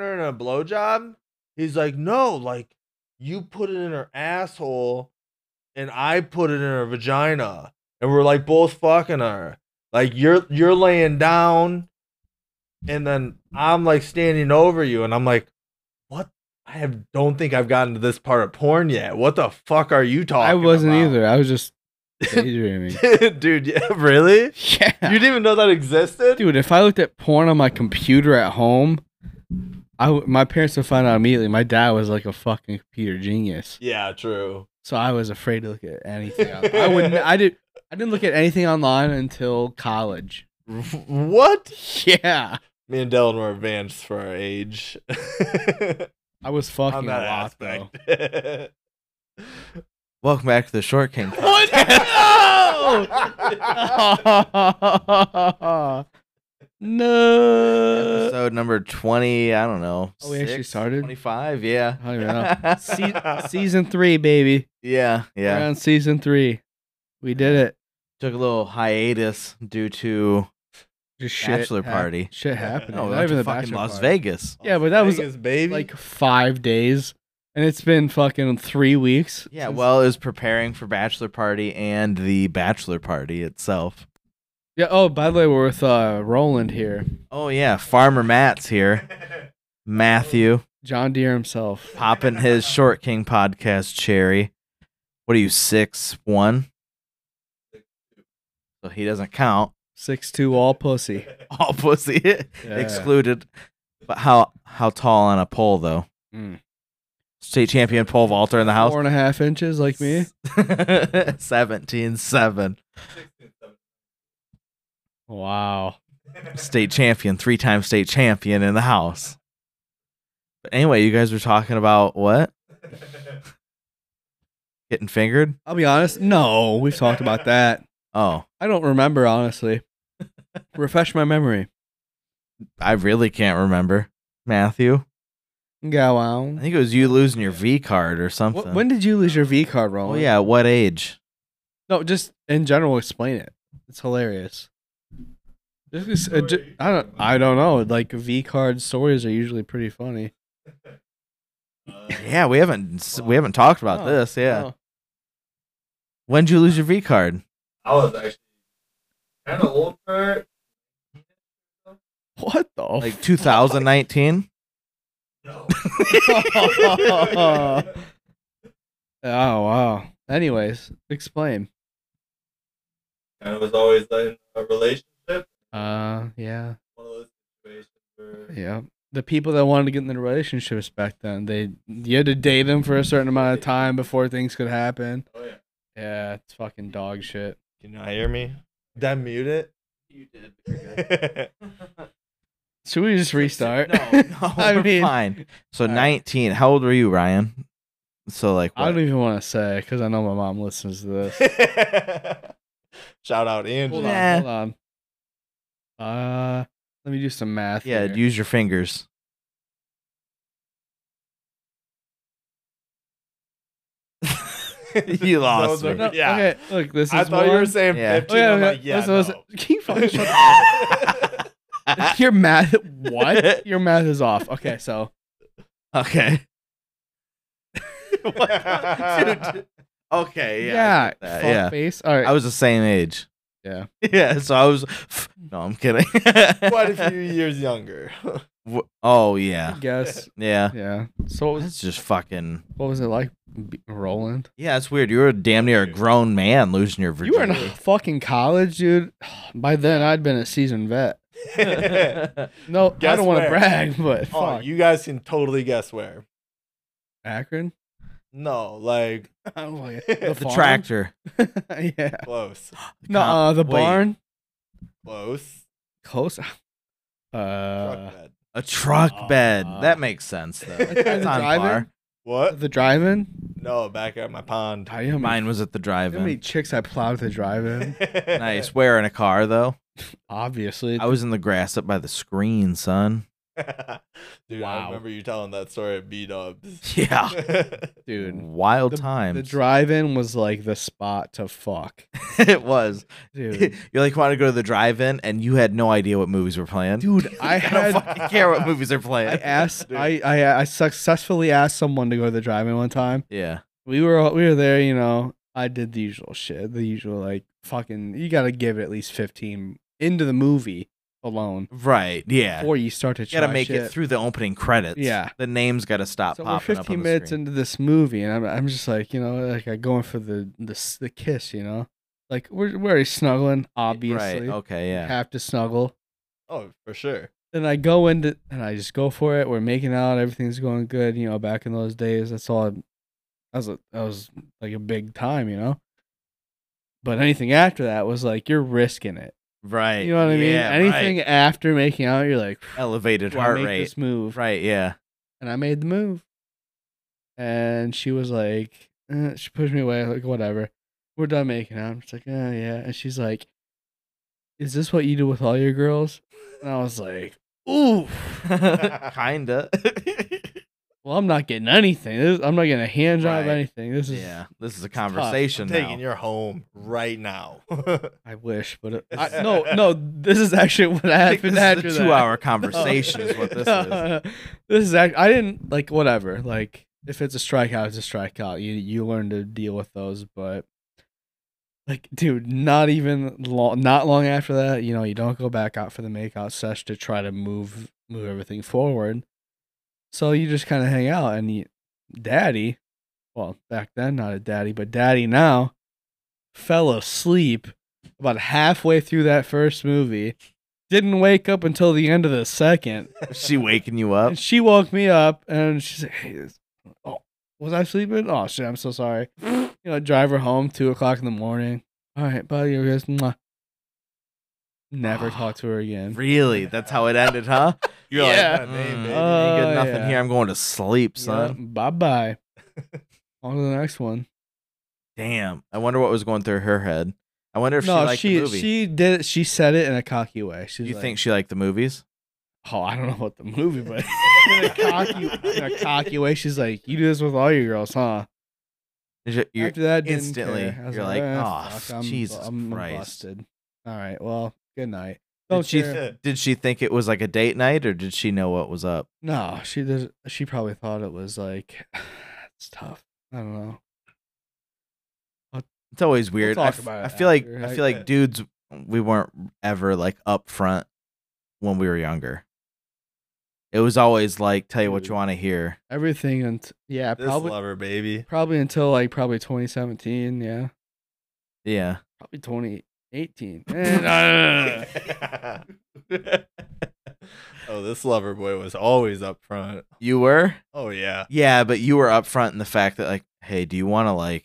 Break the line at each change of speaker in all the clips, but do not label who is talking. her in a blowjob? He's like, no, like you put it in her asshole, and I put it in her vagina, and we're like both fucking her. Like you're you're laying down, and then I'm like standing over you, and I'm like, what? I have don't think I've gotten to this part of porn yet. What the fuck are you talking?
I wasn't
about?
either. I was just daydreaming.
dude. Yeah, really? You
yeah.
didn't even know that existed,
Dude, if I looked at porn on my computer at home, I w- my parents would find out immediately. My dad was like a fucking computer genius,
Yeah, true.
so I was afraid to look at anything. I wouldn't. I did. I didn't look at anything online until college.
What?
Yeah,
Me and Dylan were advanced for our age.
I was fucking a lot though.
Welcome back to the Short King.
What? No. no.
Episode number 20, I don't know.
Oh, we actually
six,
started?
25, yeah.
I don't even know. Se- season three, baby.
yeah,
Yeah.
yeah.
We're on season three. We did it.
Took a little hiatus due to
Just shit
Bachelor
hap-
party.
Shit happened.
no,
Not
that's
even the
fucking
bachelor
Las
party.
Vegas.
Yeah, but that was,
Vegas, baby.
Like five days, and it's been fucking three weeks.
Yeah,
since-
well, it was preparing for bachelor party and the bachelor party itself.
Yeah. Oh, by the way, we're with uh, Roland here,
Oh yeah, Farmer Matt's here. Matthew
John Deere himself.
popping his Short King podcast cherry. What are you six one? So he doesn't count.
Six two, all pussy.
All pussy
Yeah.
excluded. But how how tall on a pole though?
Mm.
State champion pole vaulter in the house.
Four and a half inches, like me.
17 7.
Wow.
State champion, three time state champion in the house. But anyway, you guys were talking about what? Getting fingered?
I'll be honest. No, we've talked about that.
Oh,
I don't remember honestly. Refresh my memory.
I really can't remember. Matthew,
Go
I
on.
think it was you losing your V card or
Wh-
something.
When did you lose your V card,
oh,
Roland?
yeah. What age?
No, just in general, explain it. It's hilarious. This is- uh, ju- I don't. I don't know. Like V card stories are usually pretty funny.
Yeah, we haven't s- we haven't talked about
Oh,
this. Yeah.
oh.
When did you lose your V card?
I was actually kind of old for it.
What the?
Like 2019?
No.
oh wow. Anyways, explain.
and it was always in a relationship.
Uh, yeah,
One of those situations where
yeah. The people that wanted to get in the relationships back then, they you had to date them for a certain amount of time before things could happen.
Oh, yeah.
Yeah, it's fucking dog shit.
Can you hear me? Did I mute it?
You did.
Should we just restart?
No, no,
I
we're
mean-
fine. So
All right.
19. How old were you, Ryan? So like
I don't
what?
even want to say because I know my mom listens to this.
Shout out Andrew.
Hold
Yeah.
on, hold on. Uh, let me do some math.
yeah,
here.
use your fingers. you lost
Those
me.
are-
No,
Yeah.
Okay, look, this is.
I thought you
one- Oh,
were saying
Yeah.
15. I'm like, yeah,
listen, listen.
no.
Can you fucking shut up? Your math, what? Your math is off. Okay, so
okay.
Dude.
Okay.
yeah,
I get that,
fuck
yeah.
face. All right,
I was the same age.
Yeah.
Yeah. So I was. No, I'm kidding.
Quite a few years younger.
Wh- Oh yeah.
guess.
Yeah.
Yeah. So what was
That's just fucking.
what was it like, b- Roland?
Yeah, it's weird. You were damn near a grown man losing your
You were in
virginity.
fucking college, dude. By then, I'd been a seasoned vet. No, I
Guess
don't want
where?
to brag, but
oh,
fuck.
you guys can totally guess where.
Akron.
No, like
I don't like it.
The
the
farm?
tractor.
yeah.
close.
No, uh, the
Wait.
barn.
Close.
Close. Uh,
Truck bed.
A truck
Uh,
bed. That makes sense though.
Like,
That's
the
on
drive-in?
par.
What?
the drive-in.
No, back at my pond.
I am.
Mine was at the
How many
drive-in.
chicks I plowed the drive-in?
Nice. Where in a car though?
Obviously,
I was in the grass up by the screen, son.
Dude, I
Wow.
remember you telling that story at B Dubs.
Yeah.
dude.
Wild
the-
times.
The drive-in was like the spot to fuck,
it was. you
dude.
like want to go to the drive-in, and you had no idea what movies were playing.
Dude, I
I don't
had
fucking care what movies are playing.
I asked I, I I successfully asked someone to go to the drive-in one time.
yeah.
We were all- we were there, you know. I did the usual shit, the usual like fucking. You gotta give it at least fifteen into the movie alone
Right. Yeah.
before you start to
you
try
gotta make it
shit.
through the opening credits.
Yeah.
The names gotta stop
So we're
popping up. on
15
the
minutes
screen.
into this movie, and I'm, I'm just like, you know, like I'm going for the the s- the kiss, you know, like we're we're already snuggling, obviously,
Right. Okay. Yeah.
have to snuggle.
oh, for sure.
Then I go into and I just go for it. We're making out, everything's going good, you know. Back in those days, that's all. I, that was a, that was like a big time, you know. But anything after that was like you're risking it.
Right.
You know what I mean?
Yeah,
anything
right.
after making out, you're like,
Elevated
do I
heart
make
rate.
this move?
Right. Yeah.
and I made the move. And she was like, eh, she pushed me away, like, whatever. We're done making out. I'm just like, oh, yeah. And she's like, is this what you do with all your girls? And I was like,
Ooh. Kinda.
well, I'm not getting anything. This, I'm not getting a hand job,
Right.
anything. This is,
yeah. This is a
tough.
conversation.
Taking
now.
your home right now.
I wish, but it, I, no, no, this is actually what happened after that. Oh.
two-hour conversation is what this is.
is. This is act- I didn't like whatever. Like if it's a strikeout, it's a strikeout. You you learn to deal with those, but like dude, not even long, not long after that, you know, you don't go back out for the makeout sesh to try to move move everything forward. So you just kind of hang out and you, daddy, well, back then not a daddy, but daddy now fell asleep about halfway through that first movie. Didn't wake up until the end of the second.
She waking you up.
And she woke me up and she's like, hey, this- oh, was I sleeping? Oh, shit, I'm so sorry. You know, drive her home, two o'clock in the morning. All right, bye, you guys. Mwah. Never
Ah.
talk to her again.
Really? That's how it ended, huh?
You're
Yeah.
like, "Ah, babe,
Mm.
babe,
Uh,
Ain't
Oh,
good nothing
yeah.
here. I'm going to sleep, son.
Bye bye. On to the next one.
Damn. I wonder what was going through her head. I wonder if she
no,
liked the
she
movie.
she did it. She said it in a cocky way. She was
you
like,
think she liked the movies?
oh, I don't know what the movie, but in Uh, a cocky in a cocky way, she's like, you do this with all your girls, huh?
Is it- you're-
After that, didn't
instantly,
care. I was
you're like,
"Ah,
"Oh,
fuck, I'm,
Jesus
I'm
Christ."
busted." All right, well, good night. Don't
did, she,
care.
th- did she think it was like a date night or did she know what was up?
No, she does. She probably thought it was like it's tough. I don't know.
It's always weird. I
talk
f-
about
I
it
feel like
after.
I
I-
feel like dudes we weren't ever like upfront when we were younger. It was always like tell you what
Dude.
you want to hear.
Everything and yeah,
this
probably
lover, baby.
probably until like probably 2017. Yeah,
Yeah.
probably Eh, 2018. And, uh,
oh, this lover boy was always up front.
You were?
Oh yeah.
Yeah, but you were upfront in the fact that like, hey, do you want to like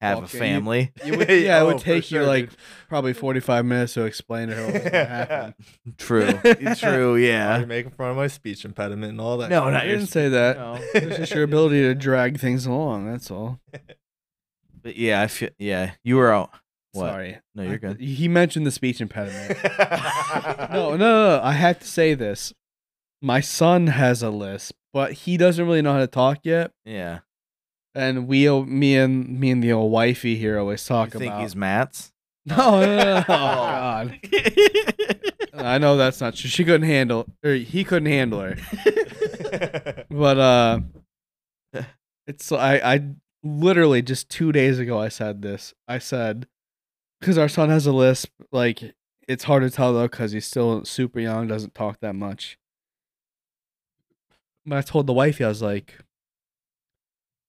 have a
Okay, you-
family?
it would- yeah, it would
Oh,
oh,
for
take you
sure,
like
dude.
probably 45 minutes to explain to her what was gonna happen.
True. True,
Now
yeah.
You're making fun of my speech impediment and all that.
No, not
I
your
didn't say that.
No.
It's just your ability to drag things along. That's all.
But yeah, I feel yeah, you were out. What?
Sorry.
No, you're
I-
good.
He mentioned the speech impediment. no, no, no, no. I have to say this. My son has a lisp, but he doesn't really know how to talk yet.
Yeah.
And we, o- me and me and the old wifey here always
You
talk
think
about.
he's Matt's?
no, no, no, no. Oh, God. I know that's not true. She couldn't handle, or he couldn't handle her. But uh, it's I I literally just two days ago I said this. I said because our son has a lisp, like it's hard to tell though because he's still super young, doesn't talk that much. But I told the wifey I was like,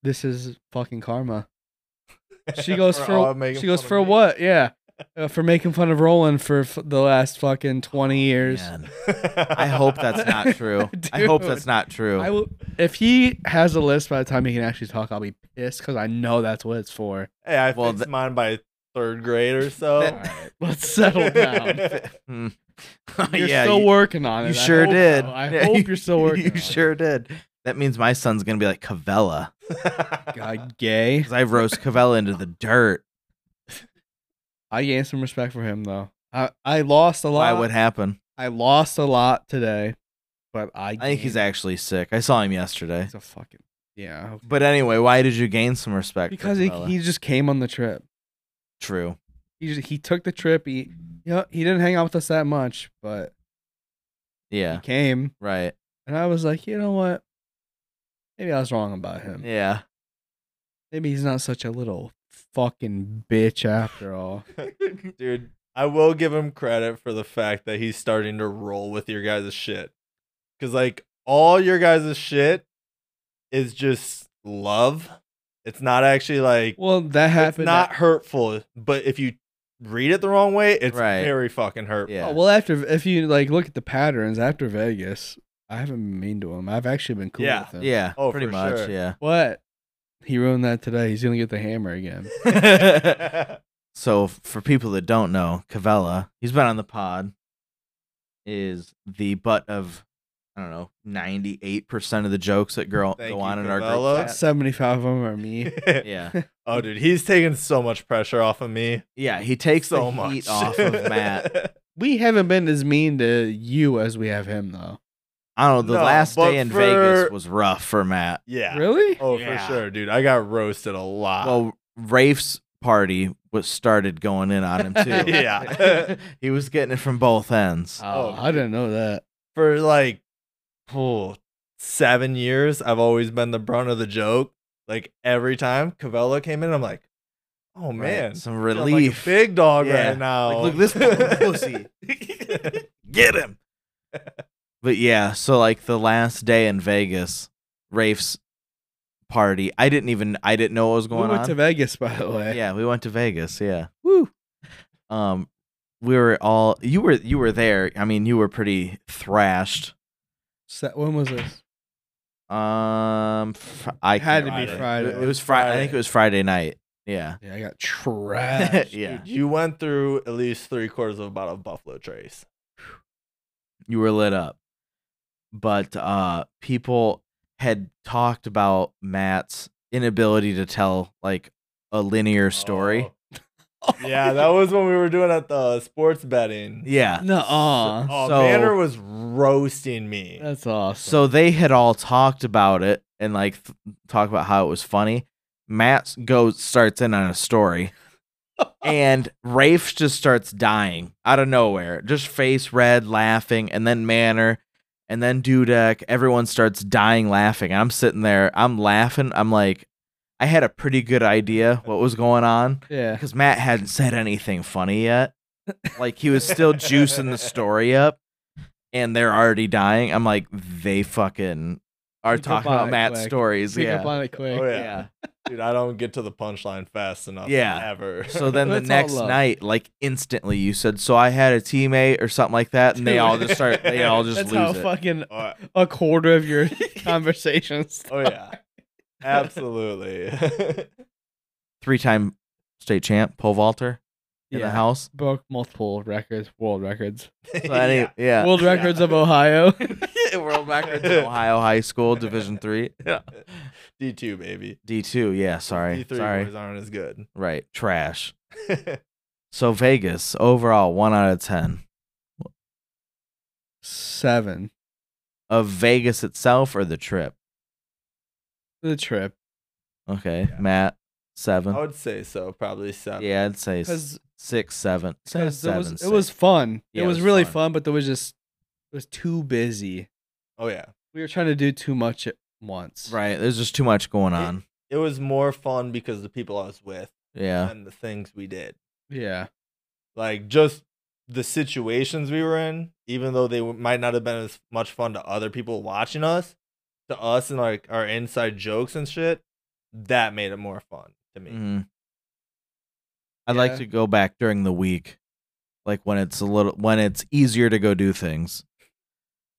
"This is fucking karma." She goes
We're all
for
making
she goes
fun of me.
for what? Yeah. Uh, for making fun of Roland for f- the last fucking 20 years.
Man, I hope that's not true. I hope that's
Dude.
not true.
I will, if he has a list by the time he can actually talk, I'll be pissed because I know that's what it's for.
Hey, I
Well,
fixed
th-
mine by third grade or so.
That-
Let's settle down.
Hmm.
You're
yeah,
still
you,
working on it.
you
I
sure
hope
did.
so. I
Yeah,
hope you're still working.
you
on it.
sure did. That means my son's gonna be like Cavella
God, gay.
because I roast Cavella into the dirt.
I gained some respect for him though. I, I lost a
Why
lot.
would happen?
I lost a lot today, but I.
I think he's
gained-
actually sick. I saw him yesterday.
It's a fucking yeah. okay.
But anyway, why did you gain some respect? for
Because he,
Cabela?
he just came on the trip.
true.
He just, he took the trip. He you know, he didn't hang out with us that much, but he
Yeah.
came,
Right.
and I was like, you know what? Maybe I was wrong about him.
Yeah.
Maybe he's not such a little fucking bitch after all.
Dude, I will give him credit for the fact that he's starting to roll with your guys' shit. Cause like all your guys' shit is just love. It's not actually like
Well, that
it's
happened.
not hurtful, but if you read it the wrong way, it's
Right.
very fucking hurtful.
Yeah.
Oh, well, after if you like look at the patterns after Vegas, I haven't been mean to him. I've actually been cool
Yeah,
with him.
Yeah.
Oh,
pretty
for
much.
sure.
Yeah.
But he ruined that today. He's gonna get the hammer again.
So f- for people that don't know, Cavella, he's been on the pod, is the butt of I don't know, ninety eight percent of the jokes that girl
Thank
go
you,
on in our
Cavella.
group chat.
Seventy five of them are me.
Yeah.
oh dude, he's taking so much pressure off of me.
Yeah. He takes
so
the
much
heat off of Matt.
We haven't been as mean to you as we have him though.
I don't know, the
No,
last
but
day in
for-
Vegas was rough for Matt.
yeah.
Really?
Oh,
Yeah.
for sure, dude. I got roasted a lot.
Well, Rafe's party was started going in on him Oh, too.
Yeah.
he was getting it from both ends.
Oh,
Oh, I didn't know that.
for like oh, seven years, I've always been the brunt of the joke. Like every time Cavella came in, I'm like, oh
Right,
man,
Some
I'm like a
relief.
big dog
Yeah.
right now.
Like, look at this
pussy.
Get him. but yeah, so like the last day in Vegas, Rafe's party. I didn't even I didn't know what was going
we went
on.
to Vegas by the way.
yeah, we went to Vegas, yeah. Woo. Um we were all you were you were there. I mean, you were pretty thrashed.
So, when was this?
Um, fr- I
It had
can't
to be
remember.
Friday.
It, it was Friday. I think it was Friday night. Yeah.
Yeah, I got trashed.
yeah.
Dude, you went through at least three quarters of a bottle of Buffalo Trace.
you were lit up. But uh people had talked about Matt's inability to tell like a linear
Oh.
story.
Yeah, that was when we were doing at the sports betting.
Yeah.
No,
Oh,
Uh-huh. So-
Manor was roasting me.
that's awesome.
So they had all talked about it and like th- talk about how it was funny. Matt goes starts in on a story and Rafe just starts dying out of nowhere. Just face red, laughing, and then Manor and then Dudek. Everyone starts dying laughing. I'm sitting there, I'm laughing. I'm like, I had a pretty good idea what was going on
yeah.
because Matt hadn't said anything funny yet. Like he was still juicing the story up, and they're already dying. I'm like, they fucking are
Pick up
talking
on
about
it
Matt's
quick.
stories.
Pick
yeah.
up on it quick.
Oh, yeah.
yeah.
Dude, I don't get to the punchline fast enough.
Yeah.
Ever.
So then the
It's all
next
love.
night, like instantly, you said, "So I had a teammate or something like that," and they all just start. They all just
That's how
lose it.
fucking
Oh,
a quarter of your conversations.
oh, yeah. Absolutely.
Three-time state champ, pole vaulter in the house.
Broke multiple records, world records,
So any, yeah.
world
Yeah.
records of Ohio.
World records in Ohio high school, Division three,
D two baby.
D two. Yeah, sorry,
D three
sorry.
boys aren't as good.
Right, trash. So Vegas overall, one out of ten
Seven.
of Vegas itself or the trip.
The trip
Okay,
Yeah. Oh,
Matt
I
seven.
would say so. Probably seven.
yeah, I'd say s-
because
six, seven. Say
it
seven,
was
six.
it was fun.
Yeah,
it,
it
was
was
really
fun.
fun. but there was just it was too busy.
Oh yeah.
We were trying to do too much at once.
right. There's just too much going on.
It was more fun because the people I was with
Yeah,
and the things we did.
Yeah.
Like just the situations we were in, even though they w- might not have been as much fun to other people watching us, to us and like our inside jokes and shit, that made it more fun to me.
Mhm. I'd like
Yeah.
to go back during the week, like when it's a little when it's easier to go do things.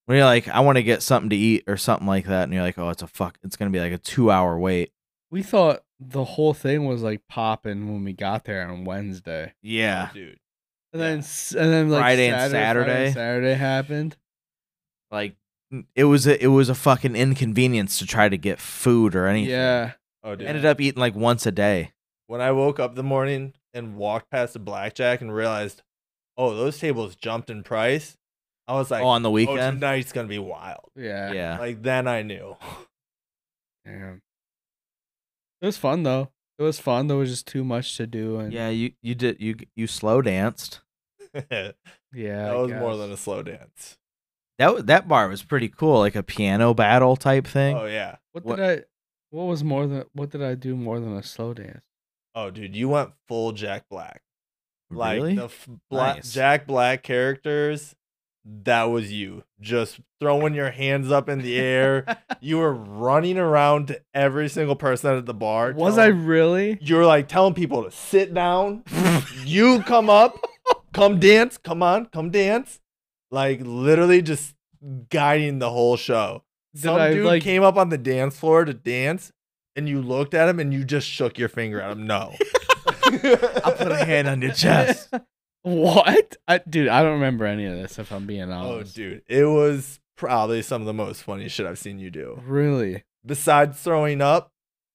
When you're like, I want to get something to eat or something like that, and you're like, oh, it's a fuck, it's gonna be like a two hour wait.
We thought the whole thing was like popping when we got there on Wednesday.
Yeah,
Oh, Dude.
And
Yeah.
then s- and then like
Friday and
Friday
Saturday.
and Saturday happened.
like it was a it was a fucking inconvenience to try to get food or anything.
Yeah.
Oh dude.
Ended up eating like once a day.
when I woke up the morning and walked past the blackjack and realized, oh, those tables jumped in price. I was like,
oh, on the
oh,
weekend.
tonight's gonna be wild.
Yeah.
yeah.
Like then I knew.
Damn. It was fun though. It was fun. There was just too much to do and
yeah, you you did you you slow danced.
that
yeah. I
was more
guess.
than a slow dance.
That wa- that bar was pretty cool, like a piano battle type thing.
Oh yeah.
What,
What-
did I? What was more than? What did I do more than a slow dance?
Oh dude, you went full Jack Black. Like
really?
the f- Bla-
Nice.
Jack Black characters, that was you. Just throwing your hands up in the air. you were running around to every single person at the bar.
was I
telling-
really?
you were like telling people to sit down. you come up, come dance, come on, come dance. Like literally just guiding the whole show.
Did
Some
I
dude
like?
came up on the dance floor to dance, and you looked at him and you just shook your finger at him. No.
I put a hand on your chest.
what? I, dude, I don't remember any of this. If I'm being
Oh,
honest.
dude, it was probably some of the most funny shit I've seen you do.
Really?
Besides throwing up,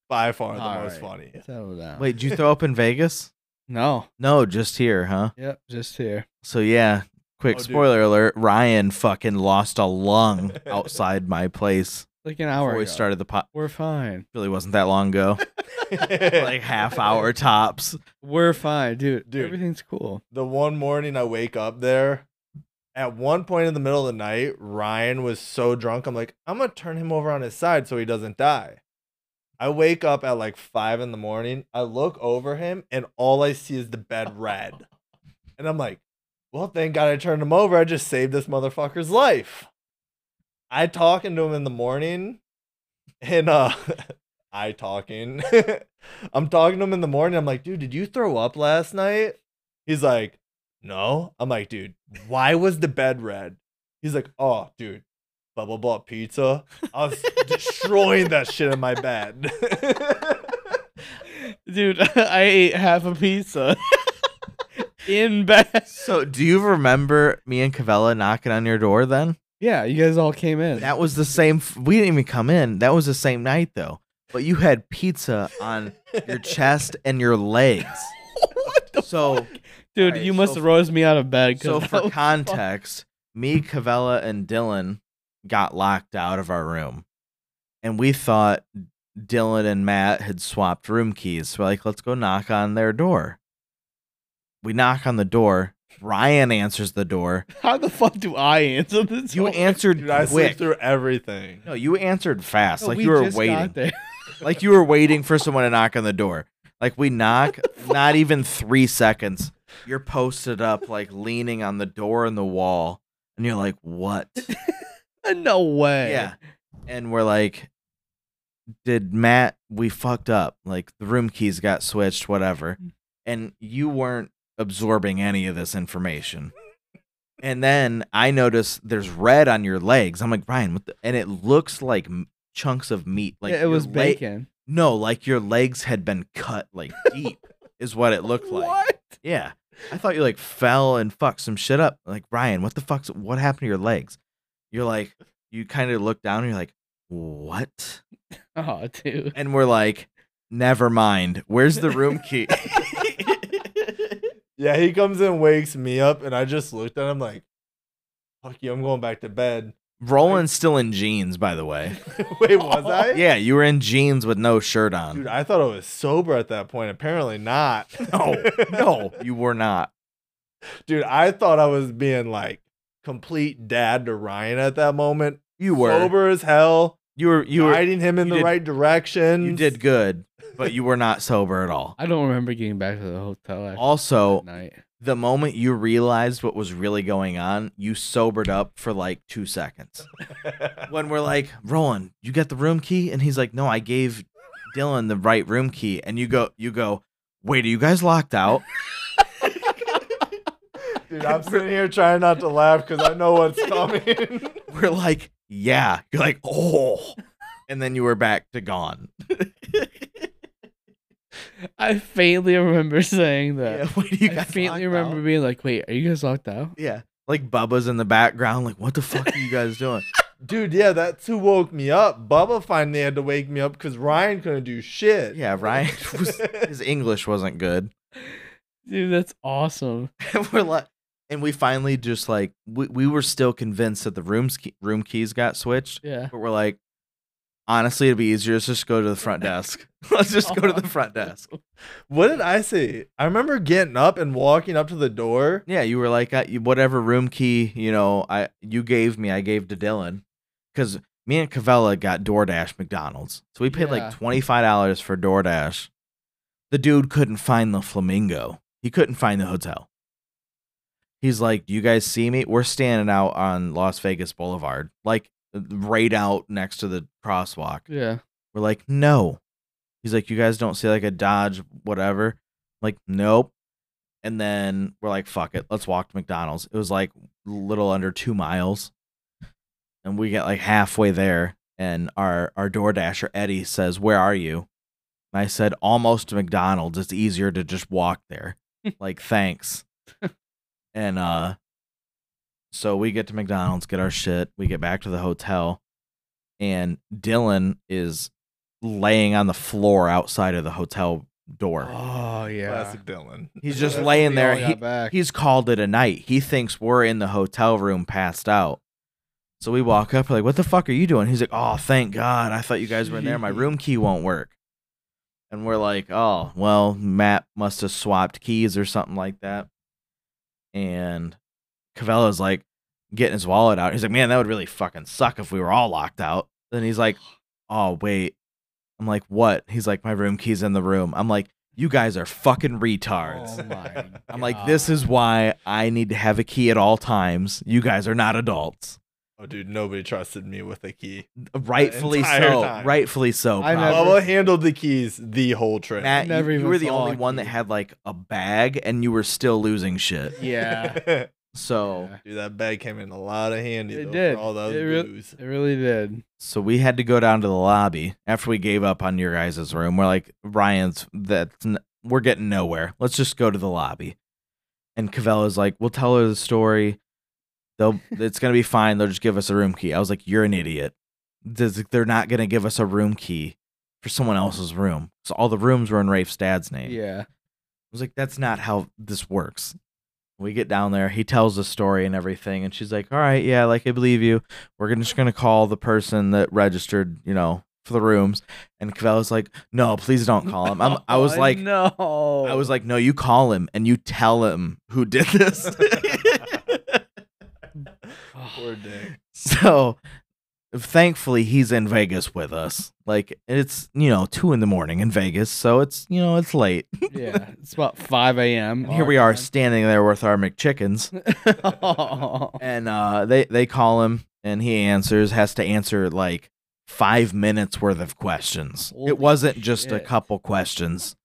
by far the
All
most
right.
funny.
Settle down.
Wait, did you throw up in Vegas?
No.
No, just here, huh?
Yep. Just here.
So yeah, quick
Oh, dude.
spoiler alert: Ryan fucking lost a lung outside my place
Like an hour.
before we
ago.
started the pot.
We're fine.
Really wasn't that long ago, like half hour tops.
We're fine, dude.
Dude.
Everything's cool.
The one morning I wake up there, at one point in the middle of the night, Ryan was so drunk. I'm like, I'm gonna turn him over on his side so he doesn't die. I wake up at like five in the morning. I look over him, and all I see is the bed red. And I'm like, well, thank God I turned him over. I just saved this motherfucker's life. I talking to him in the morning, and uh, I talking. I'm talking to him in the morning. I'm like, dude, did you throw up last night? He's like, no. I'm like, dude, why was the bed red? He's like, oh, dude, blah blah blah pizza. I was destroying that shit in my bed.
Dude, I ate half a pizza in bed.
So, do you remember me and Cavella knocking on your door then?
Yeah, you guys all came in.
That was the same. f- We didn't even come in. That was the same night though. But you had pizza on your chest and your legs. so,
Dude,
Alright,
you
so
must
f-
have rose me out of bed. 'cause
so
that
for
was-
context, me, Cavella, and Dylan got locked out of our room, and we thought Dylan and Matt had swapped room keys. So we're like, let's go knock on their door. We knock on the door. Ryan answers the door.
how the fuck do I answer this?
You
whole-
answered
Dude, I
quick.
slept through everything.
no, you answered fast,
No,
like
we
you were
just got
waiting,
there.
like you were waiting for someone to knock on the door. Like we knock, not even three seconds. You're posted up, like leaning on the door and the wall, and you're like, "What?"
no way.
Yeah. And we're like, did Matt, we fucked up. Like the room keys got switched, whatever.
Mm.
And you weren't absorbing any of this information. And then I noticed there's red on your legs. I'm like, Brian, what the? And it looks like m- chunks of meat. Like
Yeah, it
your
was
le-
bacon.
no, like your legs had been cut like deep, is what it looked like.
What?
Yeah. I thought you like fell and fucked some shit up. Like, Ryan, what the fuck's what happened to your legs? You're like, you kind of look down and you're like, what?
Oh, dude.
And we're like, never mind. Where's the room key?
Yeah, he comes and wakes me up, and I just looked at him like, "Fuck you, I'm going back to bed."
Roland's still in jeans, by the way.
Wait, was I?
Yeah, you were in jeans with no shirt on.
dude, I thought I was sober at that point. Apparently not.
No, no, you were not.
dude, I thought I was being like complete dad to Ryan at that moment.
You were.
sober as hell,
You were you were
guiding him in
you
the
did-
right direction.
you did good, but you were not sober at all.
I don't remember getting back to the hotel after
Also,
that night.
the moment you realized what was really going on, you sobered up for like two seconds. when we're like, Roland, you got the room key? And he's like, No, I gave Dylan the right room key. And you go, you go, wait, are you guys locked out?
Dude, I'm sitting here trying not to laugh because I know what's coming.
We're like, Yeah. You're like, oh. And then you were back to gone.
I faintly remember saying that.
Yeah, wait, are you
I
guys
faintly
locked
remember
out?
being like, "Wait, are you guys locked out?"
Yeah. Like Bubba's in the background, like, what the fuck are you guys doing?
Dude, yeah, that's who woke me up. Bubba finally had to wake me up because Ryan couldn't do shit.
Yeah, Ryan was his English wasn't good.
Dude, that's awesome.
And we're like and we finally just like we, we were still convinced that the rooms key, room keys got switched,
Yeah.
but we're like, honestly, it'd be easier to just go to the front desk. Let's just go to the front desk.
What did I say? I remember getting up and walking up to the door.
Yeah, you were like, I, you- whatever room key you know, I you gave me, I gave to Dylan, because me and Cavella got DoorDash McDonald's, so we paid
Yeah.
like twenty five dollars for DoorDash. The dude couldn't find the flamingo. He couldn't find the hotel. He's like, "Do you guys see me? We're standing out on Las Vegas Boulevard, like uh, right out next to the crosswalk."
Yeah.
We're like, no. He's like, you guys don't see like a Dodge, whatever. like, nope. And then we're like, fuck it, let's walk to McDonald's. It was like a little under two miles, and we get like halfway there, and our our DoorDasher Eddie says, "Where are you?" And I said, "Almost to McDonald's. It's easier to just walk there." like, thanks. and uh, so we get to McDonald's, get our shit, we get back to the hotel, and Dylan is laying on the floor outside of the hotel door.
Oh yeah.
Classic Dylan.
He's just laying
We
there.
all got
He,
back.
he's called it a night. He thinks we're in the hotel room passed out. So we walk up, we're like, what the fuck are you doing? He's like, oh, thank God. I thought you guys were in there. My room key won't work. And we're like, oh, well, Matt must have swapped keys or something like that. And Cavella's like, getting his wallet out. He's like, man, that would really fucking suck if we were all locked out. Then he's like, oh, wait. I'm like, what? He's like, my room key's in the room. I'm like, you guys are fucking retards.
Oh my
I'm like, this is
God.
why I need to have a key at all times. You guys are not adults.
Oh, dude, nobody trusted me with a key.
Rightfully
entire
so.
time.
Rightfully so.
I
probably.
never-
Bubba handled the keys the whole trip.
Matt,
Never
you, you
even
were the
saw
only
a
one that
key.
had like a bag and you were still losing shit.
Yeah.
So
Yeah.
dude, that bag came in a lot of handy.
It
though,
did.
For all those
It real-
booze.
It really did.
so we had to go down to the lobby after we gave up on your guys' room. We're like, Ryan's that's n- we're getting nowhere. Let's just go to the lobby. And Cavella's like, we'll tell her the story. They'll it's gonna be fine. They'll just give us a room key. I was like, you're an idiot. Does- They're not gonna give us a room key for someone else's room. So all the rooms were in Rafe's dad's name.
Yeah.
I was like, that's not how this works. We get down there, he tells the story and everything, and she's like, All right, yeah, like I believe you. We're gonna, just gonna call the person that registered, you know, for the rooms. And Cavella's like, No, please don't call him. Um, I'm, I was
Oh,
like,
no.
I was like, No, you call him and you tell him who did this.
Poor dick.
so thankfully he's in Vegas with us. Like it's, you know, two in the morning in Vegas, so it's you know, it's late.
yeah. It's about 5 a.m.
And here we are standing there with our McChickens. and uh, they they call him and he answers has to answer like five minutes worth of questions
Holy
it wasn't just a
shit.
couple questions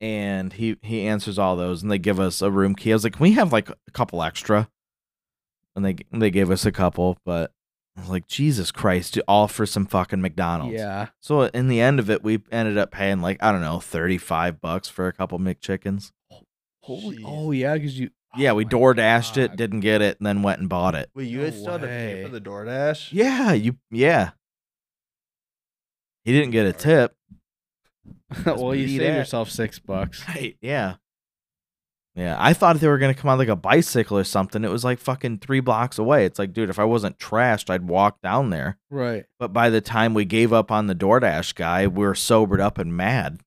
and he he answers all those and they give us a room key i was like can we have like a couple extra and they they gave us a couple but I was like jesus christ all for some fucking mcdonald's
yeah.
so in the end of it we ended up paying like i don't know 35 bucks for a couple mcchickens
Holy.
Jeez.
Oh yeah, because you.
yeah
oh
we
my
door dashed it
God.
didn't get it and then went and bought it
Wait, you
No
guys still had to pay for
way.
the DoorDash?
Yeah, you yeah. He didn't get a tip.
well, you
beat
saved
it.
yourself six bucks.
Right. Yeah. Yeah. I thought they were gonna come on like a bicycle or something. It was like fucking three blocks away. It's like, dude, if I wasn't trashed, I'd walk down there.
Right.
But by the time we gave up on the DoorDash guy, we were sobered up and mad.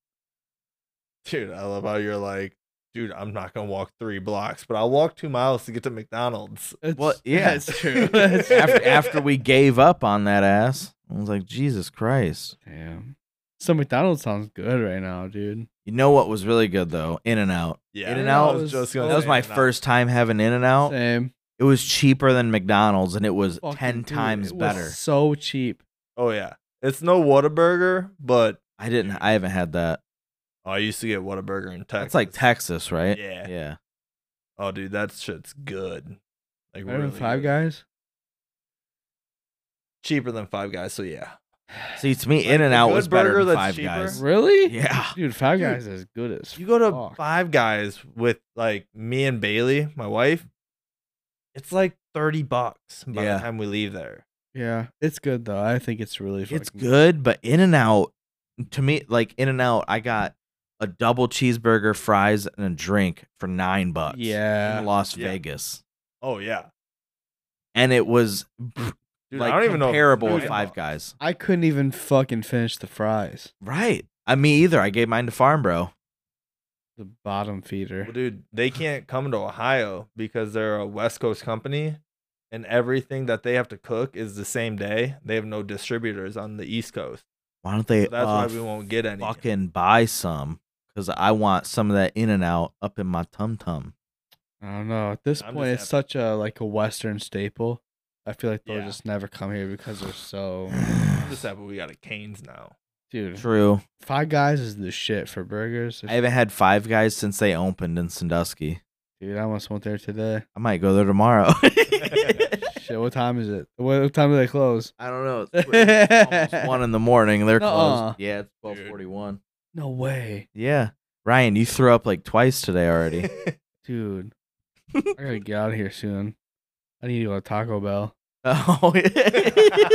Dude, I love how you're like, dude, I'm not gonna walk three blocks, but I'll walk two miles to get to McDonald's.
It's,
Well, yeah.
That's true. That's true.
After after we gave up on that ass, I was like, Jesus Christ.
Damn. So McDonald's sounds good right now, dude.
You know what was really good though? In and out.
Yeah,
In and
I
Out
was
was-
just gonna
That was
say
my
In-N-Out.
first time having In and Out.
Same.
It was cheaper than McDonald's and it was
Fucking
ten
dude,
times
it was
better.
so cheap.
Oh yeah, it's no Whataburger, but
I didn't. I haven't had that.
oh, I used to get Whataburger in Texas.
That's like Texas, right?
Yeah.
Yeah.
Oh, dude, that shit's good. Like
Better
really
than Five
good.
Guys.
cheaper than Five Guys. So yeah,
See, to me,
Like,
In and
a
Out
good
was better
burger
than
that's
Five
cheaper?
Guys.
Really?
Yeah.
Dude, Five
Dude,
Guys is good as.
you go to
fuck.
Five Guys with like me and Bailey, my wife. It's like thirty bucks by
Yeah.
the time we leave there.
Yeah, it's good though. I think it's really.
It's
fucking
good, but In and Out, to me, like In and Out, I got a double cheeseburger, fries, and a drink for nine bucks. in
Yeah.
Las
Yeah.
Vegas,
Oh yeah,
and it was
Dude,
like
I don't even know. if it's
comparable
nine
with Five
bucks.
Guys.
I couldn't even fucking finish the fries.
Right. I me either. I gave mine to Farm Bro.
The bottom feeder.
Well, dude, they can't come to Ohio because they're a West Coast company, and everything that they have to cook is the same day. They have no distributors on the East Coast,
Why don't they?
so that's why
uh,
we won't get any.
fucking buy some because I want some of that In and Out up in my tum tum.
I don't know. At this
I'm
point,
just
it's such a like a Western staple. I feel like they'll
Yeah.
just never come here because they're so
I'm just happy we got a Canes now.
dude.
True.
Five Guys is the shit for burgers. If-
I haven't had Five Guys since they opened in Sandusky.
dude, I almost went there today.
I might go there tomorrow.
shit, what time is it? What, what time do they close?
I don't know. It's almost one in the morning. They're
Nuh-uh.
closed. Yeah, it's
Dude.
twelve forty one.
No way,
Yeah, Ryan, you threw up like twice today already.
dude. I gotta get out of here soon. I need to go to Taco Bell.
oh,
Gotta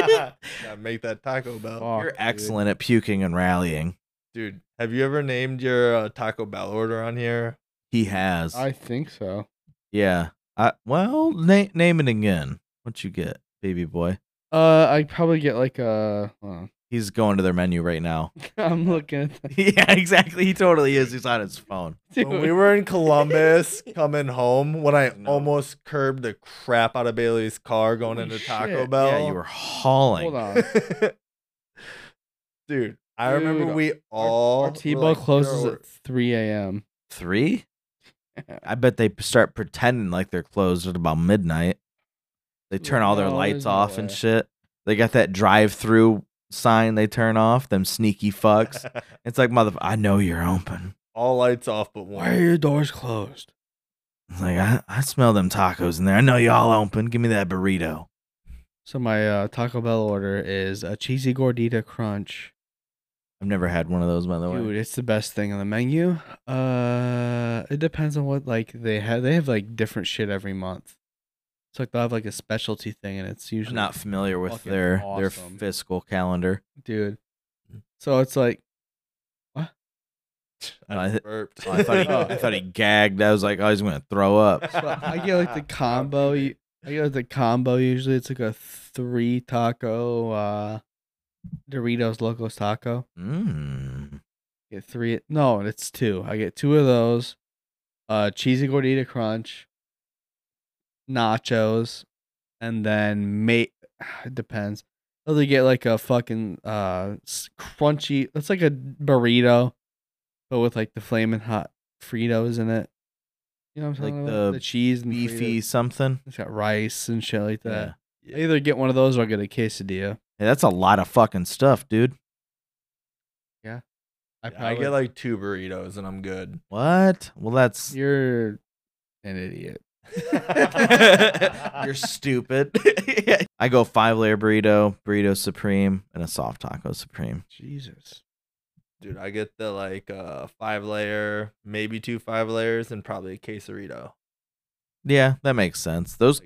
make that Taco Bell,
Fuck,
you're
dude.
excellent at puking and rallying.
dude. Have you ever named your uh, Taco Bell order on here?
He has.
I think so.
yeah. I well, na- name it again. What you get, baby boy?
Uh, I probably get like a. hold on.
He's going to their menu right now.
I'm looking at the,
yeah, exactly. He totally is. He's on his phone.
dude.
When we were in Columbus coming home, when I
No.
almost curbed the crap out of Bailey's car going
Holy
into Taco
shit.
Bell.
Yeah, you were hauling.
Hold on.
Dude, I remember
Dude,
we
Our-
all
Our
were
T-Bow
like,
closes
"Yo,
at 3 a.m.
Three? I bet they p- start pretending like they're closed at about midnight. They turn all their
No,
lights
there's no
off and
way.
shit. They got that drive-through sign they turn off. Them sneaky fucks. it's like mother. I know you're open.
all lights off but
Why are
one.
your doors closed?
It's like I, I smell them tacos in there. I know y'all open. Give me that burrito.
So my uh, Taco Bell order is a cheesy gordita crunch.
I've never had one of those by the way.
Dude, it's the best thing on the menu. Uh, it depends on what like they have. They have like different shit every month. It's like they'll have like a specialty thing, and it's
I'm
usually
not familiar with
fucking
their their
awesome.
fiscal calendar.
dude. So it's like
And I,
Burped.
Oh, I, thought he, I thought he gagged. I was like, oh, he's gonna throw up.
so I get like the combo. you- I get like the combo. Usually, it's like a three taco uh, Doritos Locos Taco.
Mm.
get three. No, it's two. I get two of those. Uh, cheesy gordita crunch, nachos, and then mate. It depends. Or they get like a fucking uh s- crunchy. It's like a burrito, but with like the flaming hot Fritos in it. You know what I'm
Like
talking about?
the
cheese and
Beefy
Fritos.
something.
It's got rice and shit like that.
Yeah.
I either get one of those or I get a quesadilla.
Hey, that's a lot of fucking stuff, dude.
I,
I get like two burritos and I'm good.
What? Well, that's
you're an idiot.
you're stupid. I go five layer burrito, burrito supreme, and a soft taco supreme.
Jesus.
Dude, I get the like uh five layer, maybe two five layers, and probably a quesarito.
Yeah, that makes sense. Those,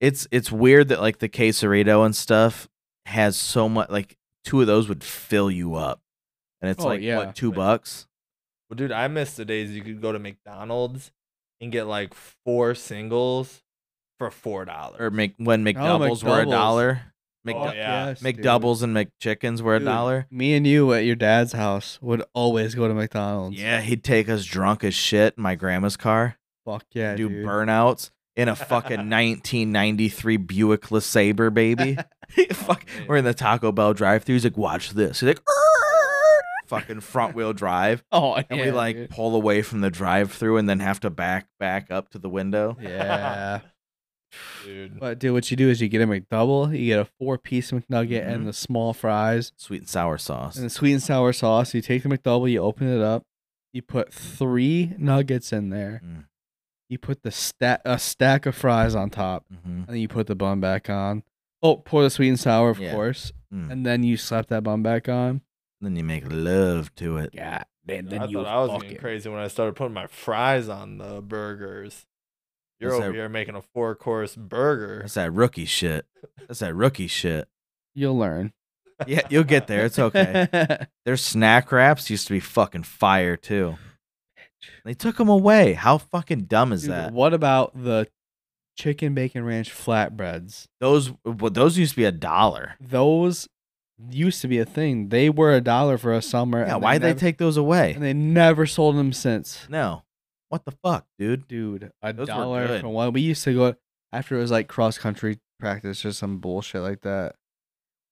it's it's weird that like the quesarito and stuff has so much. Like two of those would fill you up, and it's
Oh,
like
yeah.
what two bucks?
Well, dude, I miss the days you could go to McDonald's and get like four singles for four dollars.
Or make when McDoubles were a
McDoubles.
dollar.
Oh,
McDou-
yeah.
yes, dude.
McDoubles and McChickens were a
Dude,
dollar.
Me and you at your dad's house would always go to McDonald's.
Yeah, he'd take us drunk as shit in my grandma's car,
Fuck yeah,
do
dude.
burnouts in a fucking 1993 Buick LeSabre, baby. Fuck,
Oh,
man.
we're in the Taco Bell drive-thru. He's like, "Watch this." He's like, "Err!" "Fucking front-wheel drive,"
Oh,
and
yeah,
we like
dude.
pull away from the drive-thru and then have to back back up to the window.
yeah.
dude.
But dude, what you do is you get a McDouble, you get a four-piece McNugget
Mhm.
and the small fries
Sweet and sour sauce.
and the sweet and sour sauce. You take the McDouble, you open it up, you put three nuggets in there,
Mm.
you put the stack a stack of fries on top,
hmm
and then you put the bun back on. Oh, pour the sweet and sour, of
Yeah.
course,
Mm.
and then you slap that bun back on.
Then you make love to it.
Yeah,
Dude, I thought I was getting crazy when I started putting my fries on the burgers. You're
Is
over
that-
here making a four course burger.
That's that rookie shit. That's that rookie shit.
You'll learn.
Yeah, you'll get there. It's okay. Their snack wraps used to be fucking fire too. They took them away. How fucking dumb is
Dude,
that?
What about the chicken bacon ranch flatbreads?
Those well, those used to be a dollar.
Those used to be a thing. They were a dollar for a summer.
Yeah,
and
why would they
never-
take those away?
And they never sold them since.
No, what the fuck, dude?
Dude, a
Those were
dollar
good.
for one. We used to go after it was like cross country practice or some bullshit like that.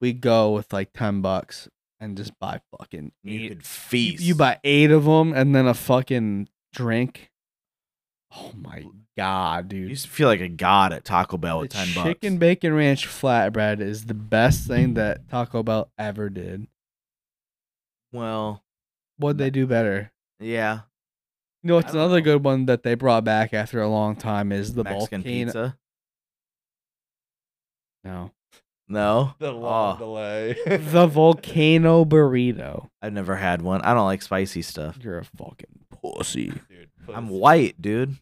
We go with like ten bucks and just buy fucking
You
eight-
could
you-
feast.
You buy eight of them and then a fucking drink. Oh my god,
You
dude!
used to feel like a god at Taco Bell
the
with ten bucks.
chicken bacon ranch flatbread is the best thing that Taco Bell ever did.
Well,
What'd they do better?
yeah.
You know, it's
don't
another
know.
good one that they brought back after a long time is the
Mexican
volcano.
pizza.
No,
No,
The long
Oh.
delay.
the volcano burrito.
I've never had one. I don't like spicy stuff.
You're a fucking pussy.
Dude,
I'm
puss.
white, dude.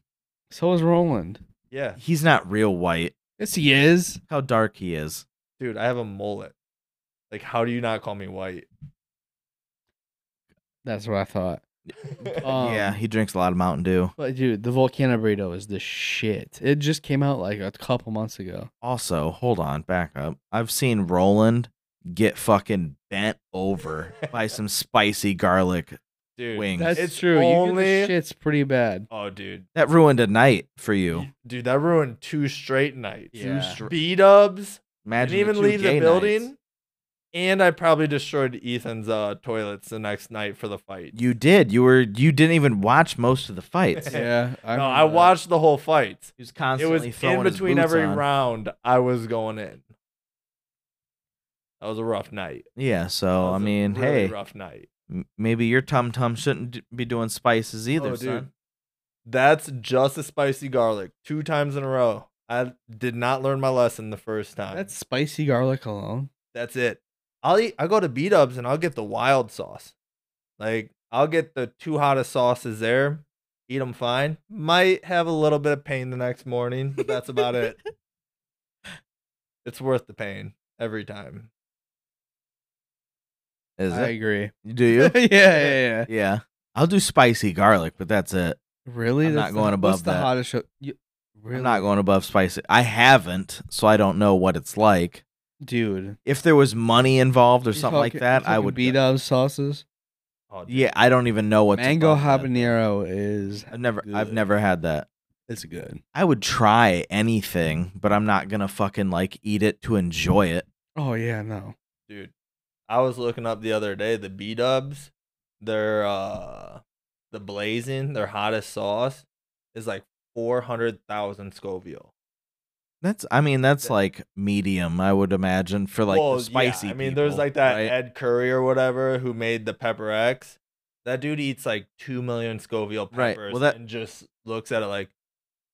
So is Roland.
Yeah,
He's not real white.
Yes, he is.
How dark he is.
dude, I have a mullet. Like, how do you not call me white?
That's what I thought. Um,
yeah, he drinks a lot of Mountain Dew.
But dude, the volcano burrito is the shit. It just came out like a couple months ago.
Also, hold on, back up. I've seen Roland get fucking bent over by some spicy garlic.
dude,
wings.
That's
it's
true. Only
Only...
shit's pretty bad.
Oh, dude,
That ruined a night for you.
dude, that ruined two straight nights.
Yeah.
B dubs.
Imagine
didn't even
two
leave
gay
the
nights.
building. And I probably destroyed Ethan's uh, toilets the next night for the fight.
You did. You were. You didn't even watch most of the fights.
Yeah.
he
Yeah, I,
no,
remember
I
that.
watched the whole fight.
was
It
constantly
was
throwing
in
his
between
boots
every
on.
round. I was going in. That was a rough night.
Yeah.
That
So Oh, I
was a
mean,
really
hey,
rough night.
m- maybe your tum tum shouldn't d- be doing spices either,
Oh, dude.
son.
That's just a spicy garlic two times in a row. I did not learn my lesson the first time.
That's spicy garlic alone.
That's it. I'll eat. I go to B Dubs and I'll get the wild sauce. Like I'll get the two hottest sauces there. Eat them fine. Might have a little bit of pain the next morning, but that's about it. It's worth the pain every time.
Is
I
it?
agree.
Do you?
yeah, yeah, yeah.
yeah. I'll do spicy garlic, but that's it.
Really?
I'm not
That's the-
going
What's
above
the
that.
hottest show? You, really?
I'm not going above spicy. I haven't, so I don't know what it's like.
dude.
If there was money involved or
You
something like
talking-
that,
you
I
talking
would.
beat up sauces.
Oh, dude.
Yeah, I don't even know what
Mango habanero is
I've never, I've
good.
never had that.
it's good.
I would try anything, but I'm not gonna fucking like eat it to enjoy it.
Oh yeah, no.
dude. I was looking up the other day the B Dubs. Their uh, the blazing their hottest sauce is like four hundred thousand Scoville.
That's, I mean, that's
That-
like medium, I would imagine, for like
Well,
the
yeah,
spicy.
I mean, there's
people,
like that e
right?
Ed Curry or whatever who made the pepper X. That dude eats like two million Scoville
Right,
peppers
well, that-
and just looks at it like,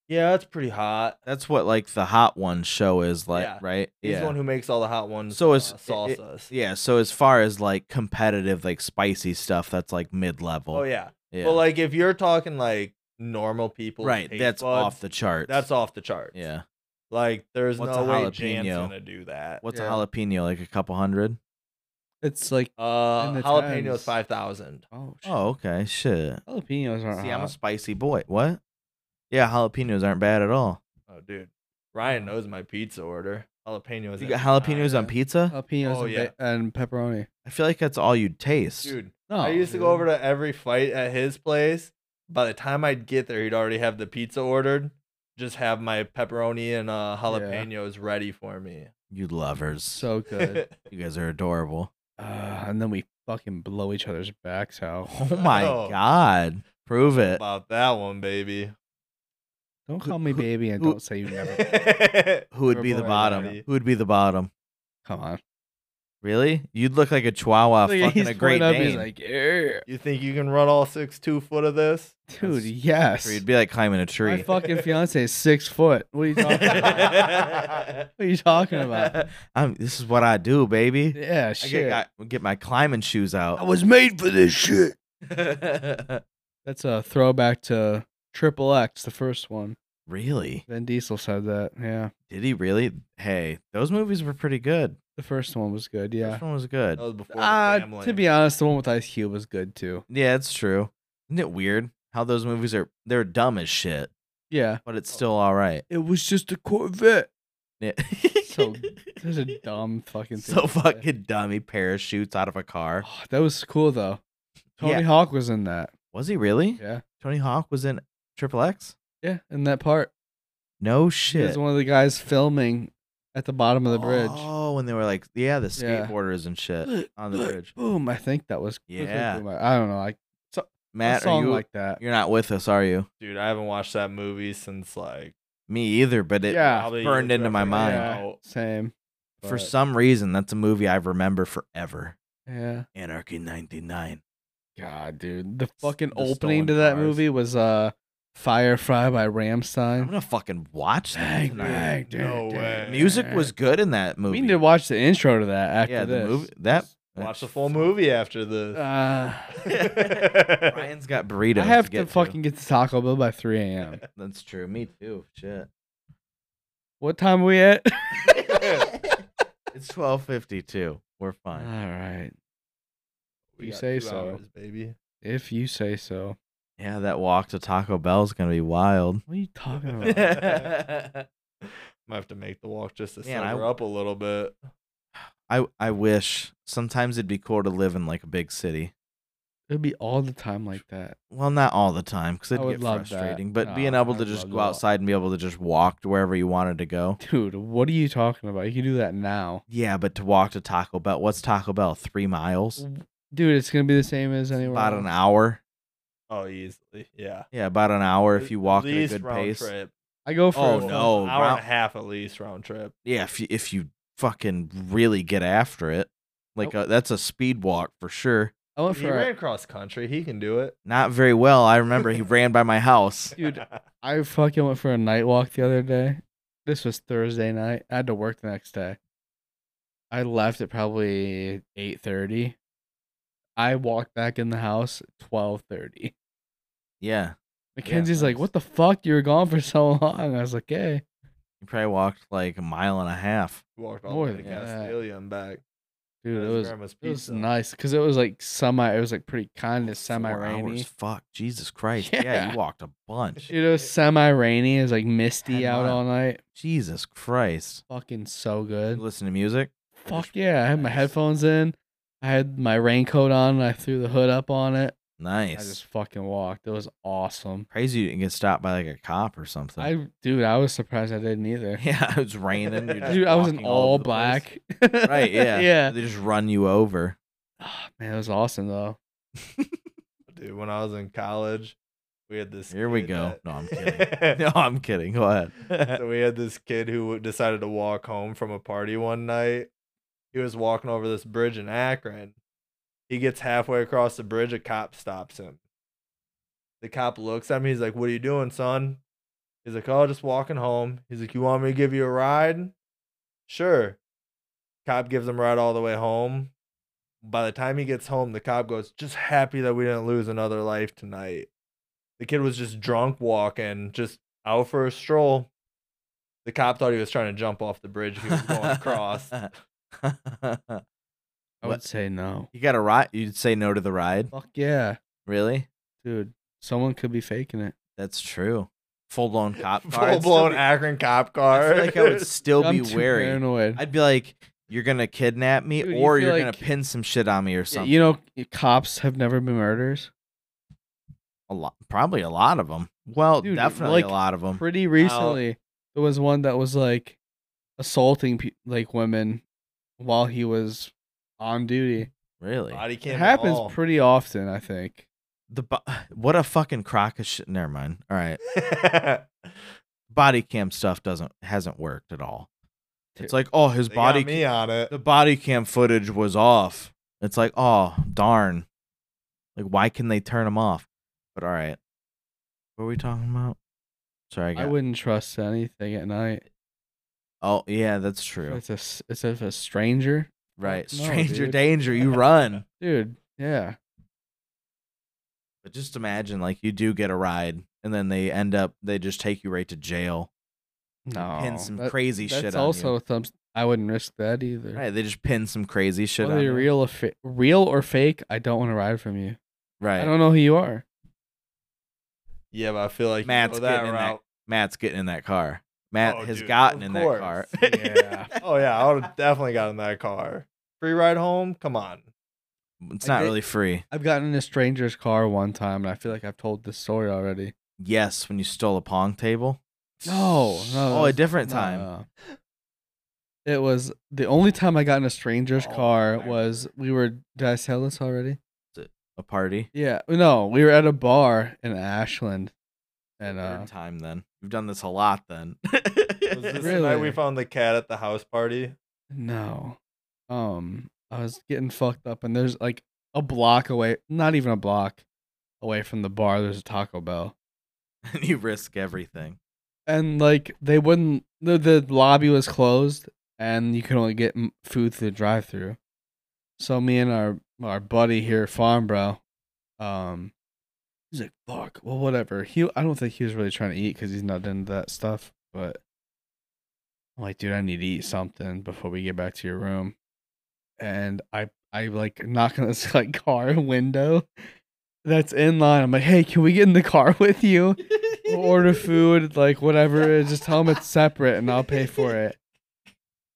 yeah, that's pretty hot.
That's what like the hot one show is like,
Yeah.
right?
He's the one who makes all the hot ones.
So
uh,
it's- it- it-
salsas.
Yeah, so as far as like competitive, like spicy stuff, that's like mid level.
Oh yeah.
yeah.
Well, like if you're talking like normal people,
right, that's off the charts.
That's off the charts.
Yeah,
Like there's
What's
no
a
way
jalapeno?
Jan's gonna do that.
what's
Yeah.
a jalapeno? Like a couple hundred?
It's like
Uh,
In the
jalapeno is
tens.
five thousand.
oh, shit.
Oh, okay, shit.
jalapenos aren't hot.
See, I'm
Uh-huh.
a spicy boy. What? Yeah, jalapenos aren't bad at all.
Oh, dude, Ryan knows my pizza order. Jalapenos.
You got
every time.
jalapenos on pizza?
jalapenos
Oh,
and,
yeah.
ba- and pepperoni.
I feel like that's all you'd taste.
Dude,
No,
I used to go over to every fight at his place. By the time I'd get there, he'd already have the pizza ordered. Just have my pepperoni and uh, jalapenos ready for me.
You lovers. So
so good.
you guys are adorable.
uh, and then we fucking blow each other's backs out.
Oh my
Oh.
god. Prove it.
About that one, baby.
Don't
Who-
call me
who-
baby and
who-
don't say you never.
Never.
Who would be the
Adorable
bottom?
already.
Who would be the bottom?
Come on.
Really? You'd look like a chihuahua
Look,
fucking a great
pulling up, He's
Dane.
like, "Yeah."
you think you can run all six two foot of this?
dude,
That's
yes.
You'd be like climbing a
My
tree.
fucking fiance is six foot. What are you talking about?
I
What are you talking about?
I'm, this is what I do, baby.
Yeah,
I
shit.
get, I get my climbing shoes out.
was made for this shit. That's a throwback to Triple X, the first one.
really?
Vin Diesel said that. Yeah.
Did he really? Hey, those movies were pretty good.
The first one was good, yeah.
This one was good.
That was before the
Uh,
family.
to be honest, the one with Ice Cube was good too.
Yeah, it's true. Isn't it weird how those movies are? They're dumb as shit,
Yeah.
but it's still all right.
It was just a Corvette.
Yeah.
So- There's a dumb fucking thing.
so
to say.
fucking dumb. He parachutes out of a car.
Oh, that was cool though. Tony
Yeah.
Hawk was in that.
Was he really?
Yeah.
Tony Hawk was in Triple X.
Yeah, in that part.
No
He
shit.
was one of the guys filming at the bottom of the bridge.
Oh, when they were like, yeah, the
Yeah.
skateboarders and shit on the bridge.
Boom, I think that was click, click,
Yeah.
boom. I I don't know. I
Matt, are
song
you?
like that.
you're not with us, are you?
dude, I haven't watched that movie since like
Me either, but it
Yeah.
probably
burned
years
into my
after it
mind.
came
Yeah,
out.
same.
for
but-
some reason that's a movie I remember forever.
Yeah.
Anarchy '99.
God, dude. The fucking
the
opening
stolen
to that
cars.
movie was uh Firefly by
I'm
Ramstein.
gonna fucking watch that.
Bang,
tonight.
bang, dang,
No way.
dang.
Music was good in that movie.
We need to watch the intro to that after
yeah,
this.
the movie that
Watch the full movie after this.
Uh,
Ryan's got burritos.
I have to,
get
fucking get to Taco Bell by 3 a.m.
That's true. Me too. Shit.
what time are we at?
It's twelve fifty two. We're
All
fine.
right.
We
You
got
say
two
so.
hours, baby.
If you say so.
Yeah, that walk to Taco Bell's gonna be wild.
What are you talking about?
Yeah. Might have to make the walk just to
Man, I-
sober up a little bit.
I I wish sometimes it'd be cool to live in like a big city.
It'd be all the time like that.
Well, not all the time because
I
it'd
would
get
love that.
frustrating. But
No,
being
I
able to
would
just
love
go
that.
outside and be able to just walk to wherever you wanted to go.
Dude, what are you talking about? You can do that now.
Yeah, but to walk to Taco Bell, what's Taco Bell? Three miles,
Dude, it's going to be the same as anywhere
about an
else.
hour.
Oh, easily. Yeah.
Yeah, about an hour if
At-
you
at
walk at a
least
good
round
pace.
Trip.
I go for
Oh,
a-
no.
an hour
round-
and a half at least round trip.
Yeah, if you, if you fucking really get after it, like uh that's a speed walk for sure.
I went
he
for a,
ran cross country. He can do it.
Not very well. I remember he ran by my house.
Dude, I fucking went for a night walk the other day. This was Thursday night. I had to work the next day. I left at probably 8:30. I walked back in the house 12:30.
Yeah,
Mackenzie's like,
nice.
"What the fuck? You were gone for so long." I was like, "Hey,
he probably walked like a mile and a half.
walked all
more
the way to
than that.
Castilia and back. Had
dude, it
his
was
grandma's
it was
pizza.
nice because it was like semi. It was like pretty kind of semi
Four hours,
rainy.
Fuck, Jesus Christ. yeah,
Yeah.
you walked a bunch.
Dude, it was semi rainy. It was like misty
10
out
miles.
all night.
Jesus Christ.
Fucking so
You
good.
listen to music?
Fuck yeah! I had my
nice.
headphones in. I had my raincoat on. And I threw the hood up on it.
Nice.
I just fucking walked. It was awesome.
Crazy you didn't get stopped by like a cop or something.
I dude, I was surprised I didn't either.
yeah, it was raining. You're just
Dude, I was in
walking all
all
over the place.
black.
Right, yeah.
yeah.
They just run you over.
Ah, man, it was awesome though.
Dude, when I was in college, we had this.
Here we
kid
go.
that-
No, I'm kidding. No, I'm kidding. Go ahead.
so we had this kid who decided to walk home from a party one night. He was walking over this bridge in Akron. He gets halfway across the bridge, a cop stops him. The cop looks at me. He's like, "What are you doing, son?" He's like, "Oh, just walking home." He's like, "You want me to give you a ride?" Sure. Cop gives him a ride all the way home. By the time he gets home, the cop goes, "Just happy that we didn't lose another life tonight." The kid was just drunk walking, just out for a stroll. The cop thought he was trying to jump off the bridge. He was going across.
I
What?
would say no.
you got a ride. You'd say no to the ride.
Fuck yeah,
Really?
dude. Someone could be faking it.
That's true. Full blown cop car.
Full
I'd still
blown
be-
Akron cop
I
car.
feel like I would still
I'm
be
too
wary.
paranoid.
I'd be like, "You're gonna kidnap me,
Dude, you
or
feel
you're gonna
like-
pin some shit on me, or
Yeah,
something."
you know, cops have never been murderers.
a lot, probably a lot of them. Well,
Dude,
definitely a
like,
lot of them.
Pretty recently, there was one that was like assaulting pe- like women while he was on duty.
Really?
Body cam
It
and all.
happens pretty often, I think.
The bo- what a fucking crock of shit. Never mind. All right, body cam stuff doesn't hasn't worked at all. It's
Dude.
like, oh, his
They
body
got me on it.
the body cam footage was off. It's like, oh, darn. Like, why can they turn them off? But all right, what were we talking about? Sorry, I
I
got.
wouldn't trust anything at night.
oh, yeah, that's
If
true.
It's a s- it's if a stranger,
Right,
no,
stranger
dude.
danger, you run.
dude. Yeah,
But just imagine, like, you do get a ride, and then they end up, they just take you right to jail.
no.
pin some
that-
crazy
that's
shit on you.
also some. I wouldn't risk that either.
Right, they just pin some crazy shit
Whether
on
you're
it.
real or fa- real or fake, I don't want to ride from you.
Right.
I don't know who you are.
Yeah, but I feel like you
Matt's
go that
getting in that
route.
Matt's getting in that car. Matt
Oh,
has
dude,
gotten
of
in
course.
that car.
Yeah.
Oh yeah, I would have definitely gotten that car. Free ride home? Come on.
It's
I
not
did-
really free.
I've gotten in a stranger's car one time, and I feel like I've told this story already.
Yes, when you stole a pong table.
No, no.
Oh, a
that's-
different
no,
time.
no. It was the only time I got in a stranger's
Oh, I
car
remember.
was we were. Did I tell this already?
A party.
Yeah. No, we were at a bar in Ashland, and uh,
Third time then. You've done this a lot then.
Was this the night we
Really?
found the cat at the house party?
No. Um, I was getting fucked up, and there's like a block away, not even a block away from the bar, there's a Taco Bell.
you risk everything.
And like they wouldn't, the, the lobby was closed, and you could only get m- food through the drive through. So me and our our buddy here, Farm Bro, um, he's like, "Fuck, well, whatever." He, I don't think he was really trying to eat because he's not into that stuff. But I'm like, dude, I need to eat something before we get back to your room. And I, I like knock on this like car window that's in line. I'm like, "Hey, can we get in the car with you? We'll order food, like whatever. it is. Just tell him it's separate, and I'll pay for it."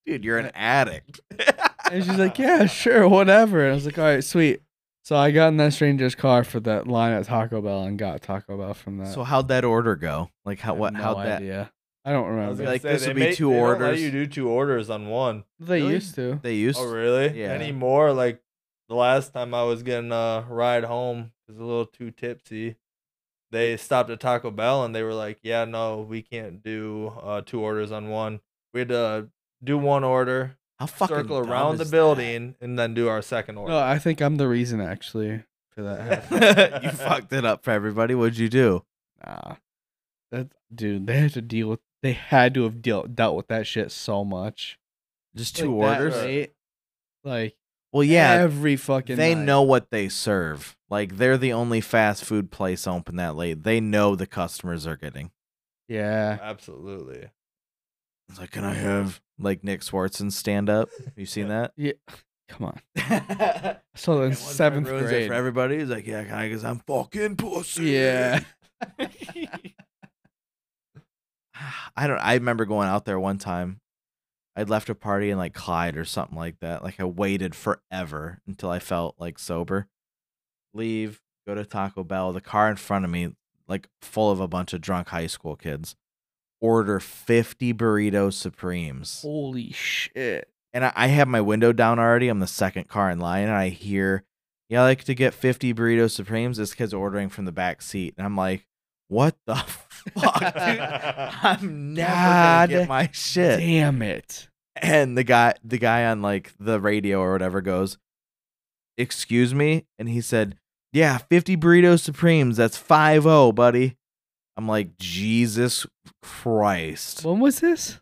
Dude, you're an addict.
And she's like, "Yeah, sure, whatever." And I was like, "All right, sweet." So I got in that stranger's car for that line at Taco Bell and got Taco Bell from that.
So how'd that order go? Like
I
how
have
what
no
how'd that
idea. I don't
I was
remember.
gonna
like,
say,
this
they
would be
make-
two
they don't let
orders.
you do two orders on one.
they
really?
used to.
they used
Oh really?
yeah.
Anymore? Like the last time I was getting a ride home, I was a little too tipsy. They stopped at Taco Bell and they were like, "Yeah, no, we can't do uh, two orders on one. We had to do one order,
how fucking
circle
dumb
around the
is that?
building, and then do our second order."
No, I think I'm the reason actually for that. happening.
you fucked it up for everybody. What'd you do?
nah, that dude. They had to deal with. They had to have dealt dealt with that shit so much.
Just two
Like, that
orders?
right.
late, like
Well, yeah,
every fucking.
they
night.
know what they serve. Like they're the only fast food place open that late. They know the customers are getting.
Yeah.
Absolutely.
It's like, can I have like Nick Swartz and stand up? You seen that?
Yeah. Come on.
And
So
one
in
guy
seventh
ruins it
grade.
for everybody. He's like, yeah, can I? Because I'm fucking pussy.
Yeah.
I don't. I remember going out there one time. I'd left a party in like Clyde or something like that. Like I waited forever until I felt like sober. Leave, go to Taco Bell. The car in front of me, like full of a bunch of drunk high school kids, order fifty burrito supremes.
Holy shit.
And I, I have my window down already. I'm the second car in line, and I hear, "Yeah, I like to get fifty burrito supremes." This kid's ordering from the back seat, and I'm like, "What the fuck, dude? I'm never
God
gonna get my shit.
Damn it.
And the guy, the guy on like the radio or whatever goes, "Excuse me," and he said, "Yeah, fifty burrito supremes. That's five zero, buddy." I'm like, Jesus Christ!
When was this?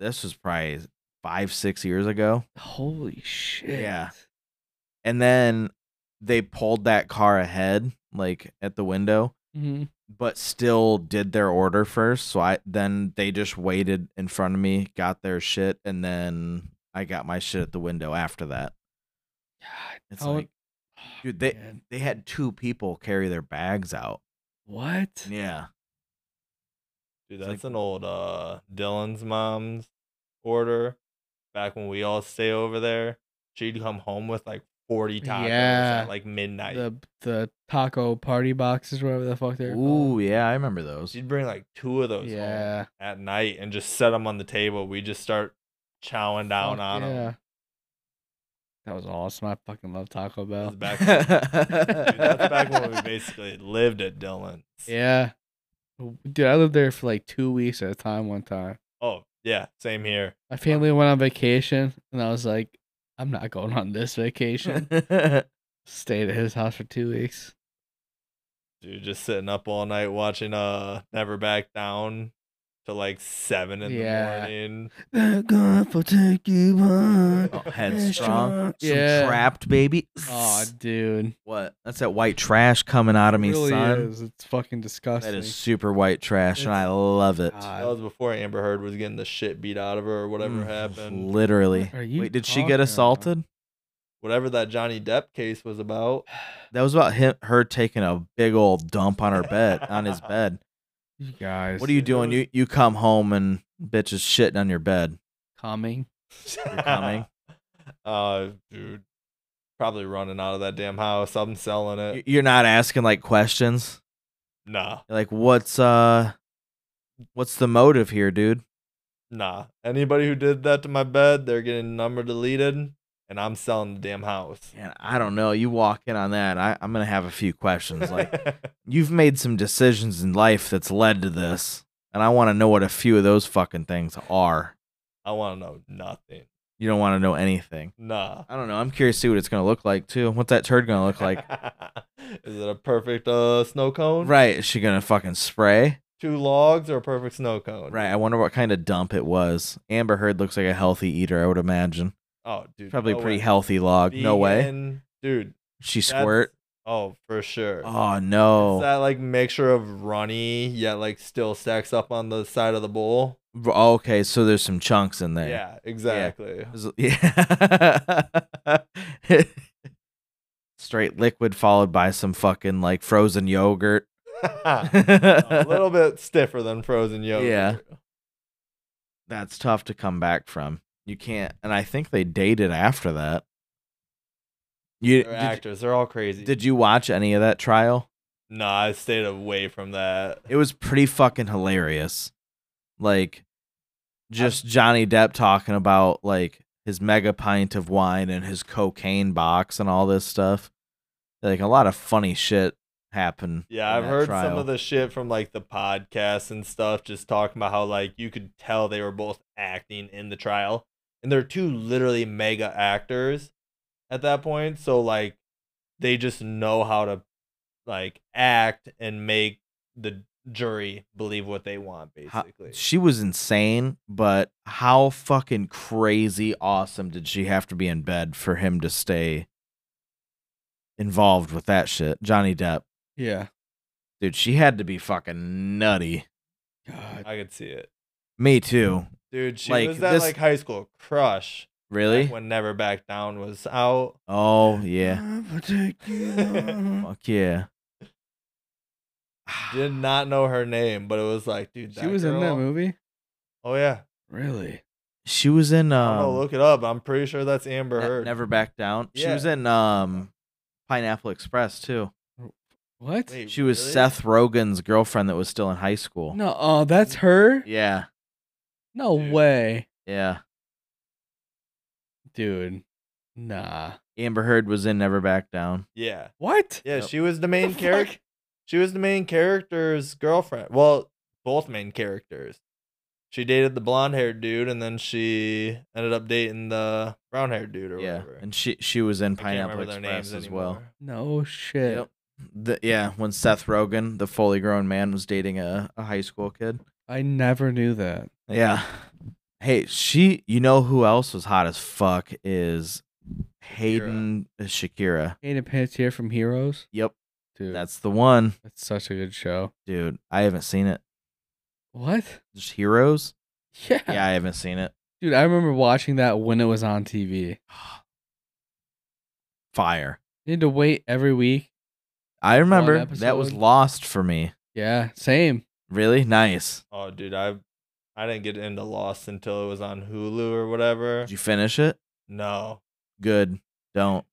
This was probably five, six years ago.
Holy shit.
Yeah. And then they pulled that car ahead, like at the window,
Mhm.
but still did their order first. So I then they just waited in front of me, got their shit, and then I got my shit at the window after that.
God,
It's
how- Oh,
like dude, they-
man.
they had two people carry their bags out.
What?
Yeah.
Dude,
It's
that's
like-
an old uh Dylan's mom's order. Back when we all stay over there, she'd come home with like forty tacos
Yeah.
at like midnight.
The the taco party boxes, whatever the fuck they're
Ooh, yeah, I remember those.
She'd bring like two of those home
called. Yeah.
at night and just set them on the table. We just start chowing down
Fuck
on
yeah.
them.
That was awesome. I fucking love Taco Bell.
Back when, dude, that's back when we basically lived at Dylan's.
Yeah. Dude, I lived there for like two weeks at a time one time.
Oh yeah, same here.
My family went on vacation, and I was like, I'm not going on this vacation. Stayed at his house for two weeks.
Dude, just sitting up all night watching uh Never Back Down to like seven in
Yeah.
the morning.
Thank God for take you home.
Oh, headstrong. Some
Yeah.
trapped baby.
Aw, dude.
what? That's that white trash coming out of me,
really
son.
is. It's fucking disgusting.
That is super white trash, and I love it.
God.
That was before Amber Heard was getting the shit beat out of her or whatever
Mm,
happened.
Literally.
What are you
Wait, did she
talking
get
about?
assaulted?
Whatever that Johnny Depp case was about.
That was about him, her taking a big old dump on her bed, on his bed.
You guys.
What are you doing? You you come home and bitch is shitting on your bed.
coming?
coming.
uh, dude, probably running out of that damn house. I'm selling
You-
it.
You're not asking like questions.
Nah,
You're like, what's uh, what's the motive here, dude?
nah. Anybody who did that to my bed, they're getting number deleted, and I'm selling the damn house.
Man, I don't know. You walk in on that, I, I'm gonna have a few questions. Like, you've made some decisions in life that's led to this, and I want to know what a few of those fucking things are.
I want to know nothing.
You don't want to know anything.
Nah.
I don't know. I'm curious to see what it's gonna look like too. What's that turd gonna look like?
is it a perfect uh snow cone?
right? Is she gonna fucking spray?
Two logs or a perfect snow cone?
Right. I wonder what kind of dump it was. Amber Heard looks like a healthy eater, I would imagine.
Oh, dude.
Probably a
no
pretty
way.
healthy log. No way.
Vegan, Dude.
She
that's-
squirt.
Oh, for sure.
Oh
It's
no.
that like mixture of runny yet like still stacks up on the side of the bowl.
R- Okay, so there's some chunks in there.
Yeah, exactly.
Is- Yeah. Straight liquid followed by some fucking like frozen yogurt.
a little bit stiffer than frozen yogurt.
Yeah. That's tough to come back from. You can't and I think they dated after that. You
They're
did,
actors. They're all crazy.
did you watch any of that trial?
No, I stayed away from that.
It was pretty fucking hilarious. Like just Johnny Depp talking about like his mega pint of wine and his cocaine box and all this stuff. Like a lot of funny shit happened.
Yeah,
in
I've
that
heard some
trial.
of the shit from like the podcasts and stuff just talking about how like you could tell they were both acting in the trial. And they're two literally mega actors at that point. So like they just know how to like act and make the jury believe what they want
Ho-
basically.
She was insane, but how fucking crazy awesome did she have to be in bed for him to stay involved with that shit? Johnny Depp.
Yeah.
Dude, she had to be fucking nutty.
God.
I could see it.
Me too.
Dude, she
Like,
was that
this-
like high school crush. back
Really?
When Never Back Down was out.
Oh, yeah.
I'll take you home.
Fuck yeah.
Did not know her name, but it was like, dude,
she was in that
girl-
movie.
Oh yeah.
Really?
She was in
I don't know,
um
look it up. I'm pretty sure that's Amber
Ne-
Heard.
Never Back Down. She was
Yeah.
in um Pineapple Express too.
What?
Wait,
She was
really?
Seth Rogen's girlfriend that was still in high school.
No. Oh, that's her.
Yeah.
No
Dude.
way,
Yeah.
dude. Nah.
Amber Heard was in Never Back Down.
Yeah.
What?
Yeah,
Yep.
she was the
The
main character.
fuck?
She was the main character's girlfriend. Well, both main characters. She dated the blonde haired dude and then she ended up dating the brown haired dude or
yeah.
whatever.
And she she was in
I can't
Pineapple
remember their
Express
names
as well.
anymore.
No shit.
Yep. The, yeah, when Seth Rogen, the fully grown man, was dating a, a high school kid.
I never knew that.
Yeah. Hey, she. You know who else was hot as fuck is Hayden uh, Shakira.
Hayden Panettiere from Heroes.
Yep,
Dude, that's
that's the one,
that's such a good show.
dude. I haven't seen it.
What?
Just Heroes.
Yeah.
Yeah, I haven't seen it.
Dude, I remember watching that when it was on TV.
Fire.
You had to wait every week.
I remember that was
episode.
Lost for me.
Yeah, same.
Really nice.
Oh dude, I I didn't get into Lost until it was on Hulu or whatever.
Did you finish it?
No.
Good. Don't.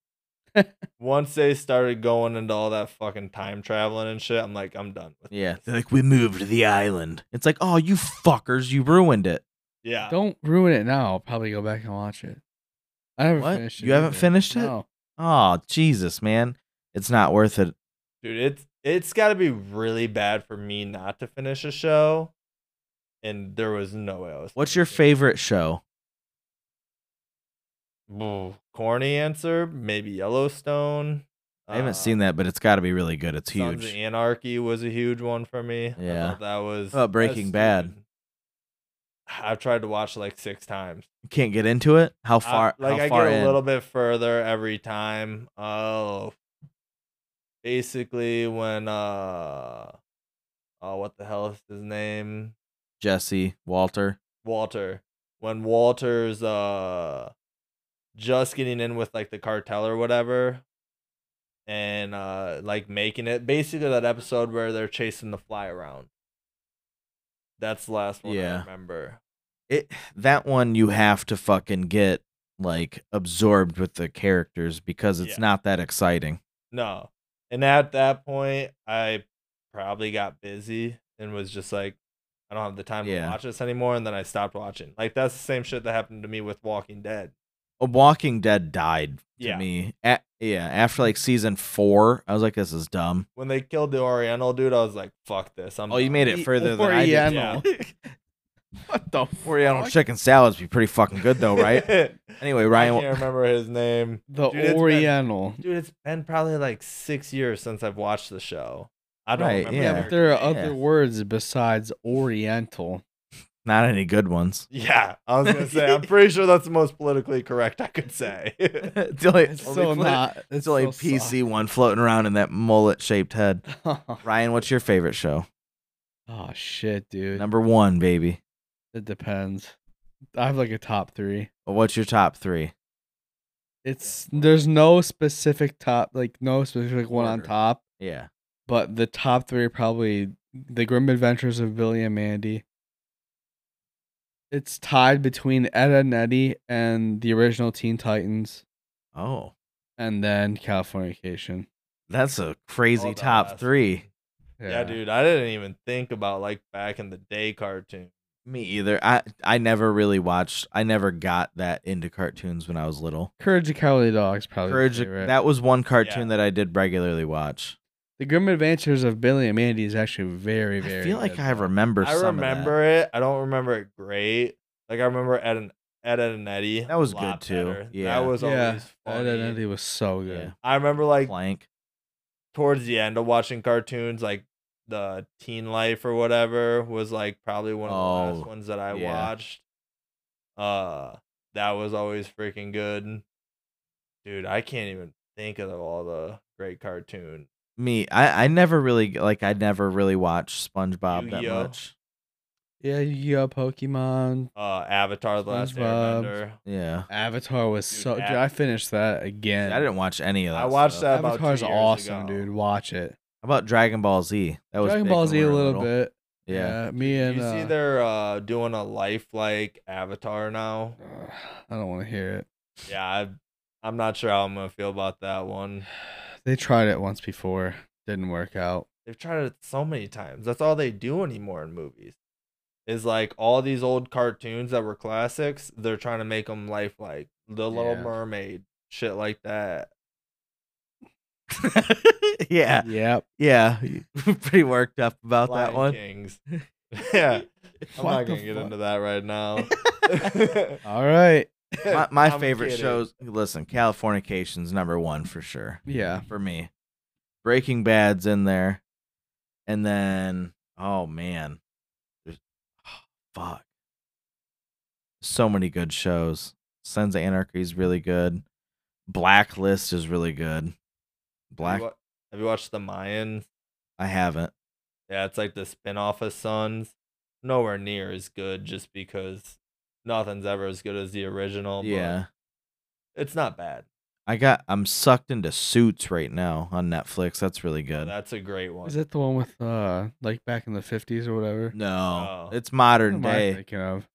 Once they started going into all that fucking time traveling and shit, I'm like, I'm done with
Yeah.
this.
They're like, we moved to the island. It's like, oh, you fuckers, you ruined it.
Yeah.
Don't ruin it now. I'll probably go back and watch it. I haven't
What?
finished it.
You haven't
either.
finished it?
No.
Oh, Jesus, man. It's not worth it.
Dude, it's it's got to be really bad for me not to finish a show, and there was no way I was.
What's your
finishing
favorite show?
it. Ooh, corny answer? Maybe Yellowstone. Um,
I haven't seen that, but it's got to be really good. It's
Uh, Sons of
huge.
Anarchy was a huge one for me. I
Yeah.
thought that was
Oh, Breaking
that's
Bad.
stupid. I've tried to watch like six times.
Can't get into it. How
I-
far?
like
how
I
far
get a
in?
little bit further every time. Oh, basically when uh, oh, what the hell is his name?
Jesse Walter.
Walter. When Walter's uh, just getting in with like the cartel or whatever, and uh, like making it basically that episode where they're chasing the fly around. That's the last one I
Yeah.
remember.
It that one you have to fucking get like absorbed with the characters because it's
Yeah.
not that exciting.
No. And at that point, I probably got busy and was just like, I don't have the time
Yeah.
to watch this anymore. And then I stopped watching. Like, that's the same shit that happened to me with Walking Dead.
A Walking Dead died to
Yeah.
me. A- yeah, after like season four, I was like, this is dumb.
When they killed the Oriental dude, I was like, fuck this. I'm
Oh, you
done.
made it
E-
further than I did.
Oriental. What the fuck?
Oriental chicken salads be pretty fucking good though, right? anyway,
I can't
Ryan,
remember his name.
The
Dude, it's been-
Oriental.
Dude, it's been probably like six years since I've watched the show. I don't
Right,
remember.
yeah.
Yeah,
their
but there are
name.
other words besides Oriental.
not any good ones.
Yeah, I was gonna say. I'm pretty sure that's the most politically correct I could say.
it's only,
It's
only
so
pla-
not. It's
It's
so
only PC one floating around in that mullet shaped head.
suck.
Ryan, what's your favorite show?
oh shit, dude.
Number one, baby.
It depends. I have like a top three.
What's your top three?
It's there's no specific top, like no specific one on
Order.
top,
Yeah.
but the top three are probably the Grim Adventures of Billy and Mandy. It's tied between Ed and Eddie and the original Teen Titans,
Oh,
and then Californication.
that's a crazy
All the
top
ass.
three.
Yeah. dude, I didn't even think about like back in the day cartoon.
Me either. I I never really watched. I never got that into cartoons when I was little.
Courage of Cowardly Dogs probably my
Courage.
favorite.
That was one cartoon that I did regularly watch.
the Grim Adventures of Billy and Mandy is actually very very.
I feel like
good,
I
though.
remember.
I
some of that.
remember it. I don't remember it great. Like I remember Ed and Ed, Ed and Eddie.
That
a
was good,
lot
too.
better.
Yeah.
that was
yeah,
always
Ed
funny.
and Eddie was so good.
Yeah.
I remember like
Plank.
towards the end of watching cartoons, like the Teen Life or whatever was like probably one of the last
Oh,
ones that I
yeah.
watched. Uh, that was always freaking good, dude. I can't even think of all the great cartoons.
Me. I I never really like. I never really watched SpongeBob that
Yu-Gi-Oh.
much.
Yeah, Yu-Gi-Oh, Pokemon,
uh Avatar the Last
SpongeBob.
Airbender.
Yeah.
Avatar was
Dude,
so. Dude,
Av-
I finished that again.
I didn't watch any of that.
I watched
stuff.
that about two
Avatar's
years
awesome,
ago.
dude. Watch it.
How about Dragon Ball Z? That was
Dragon
big
Ball
when
Z
we
a
were
little
little.
bit.
Yeah.
me and.
you see
uh,
they're uh doing a lifelike Avatar now.
ugh, I don't want to hear it.
Yeah, I, I'm not sure how I'm gonna feel about that one.
They tried it once before. Didn't work out.
They've tried it so many times. That's all they do anymore in movies. Is like all these old cartoons that were classics. They're trying to make them lifelike. The Little
Yeah.
Mermaid, shit like that.
yeah.
Yep.
Yeah. Pretty worked up about
Lion
that one.
Kings. yeah, I'm
What
not
the
gonna get
fuck?
into that right now.
All right.
my, my
I'm
favorite
kidding.
shows listen californication's number one for sure
Yeah.
for me breaking bad's in there and then oh man There's, fuck so many good shows sons of anarchy is really good blacklist is really good
Have
black
you wa- Have you watched The Mayans?
i haven't
Yeah, it's like the spin-off of Sons. Nowhere near as good just because nothing's ever as good as the original. but
yeah
It's not bad.
i got i'm sucked into suits right now on netflix that's really good
That's a great one.
Is that the one with uh like back in the fifties or whatever?
no
Oh.
it's
What
modern
am I
day
thinking of?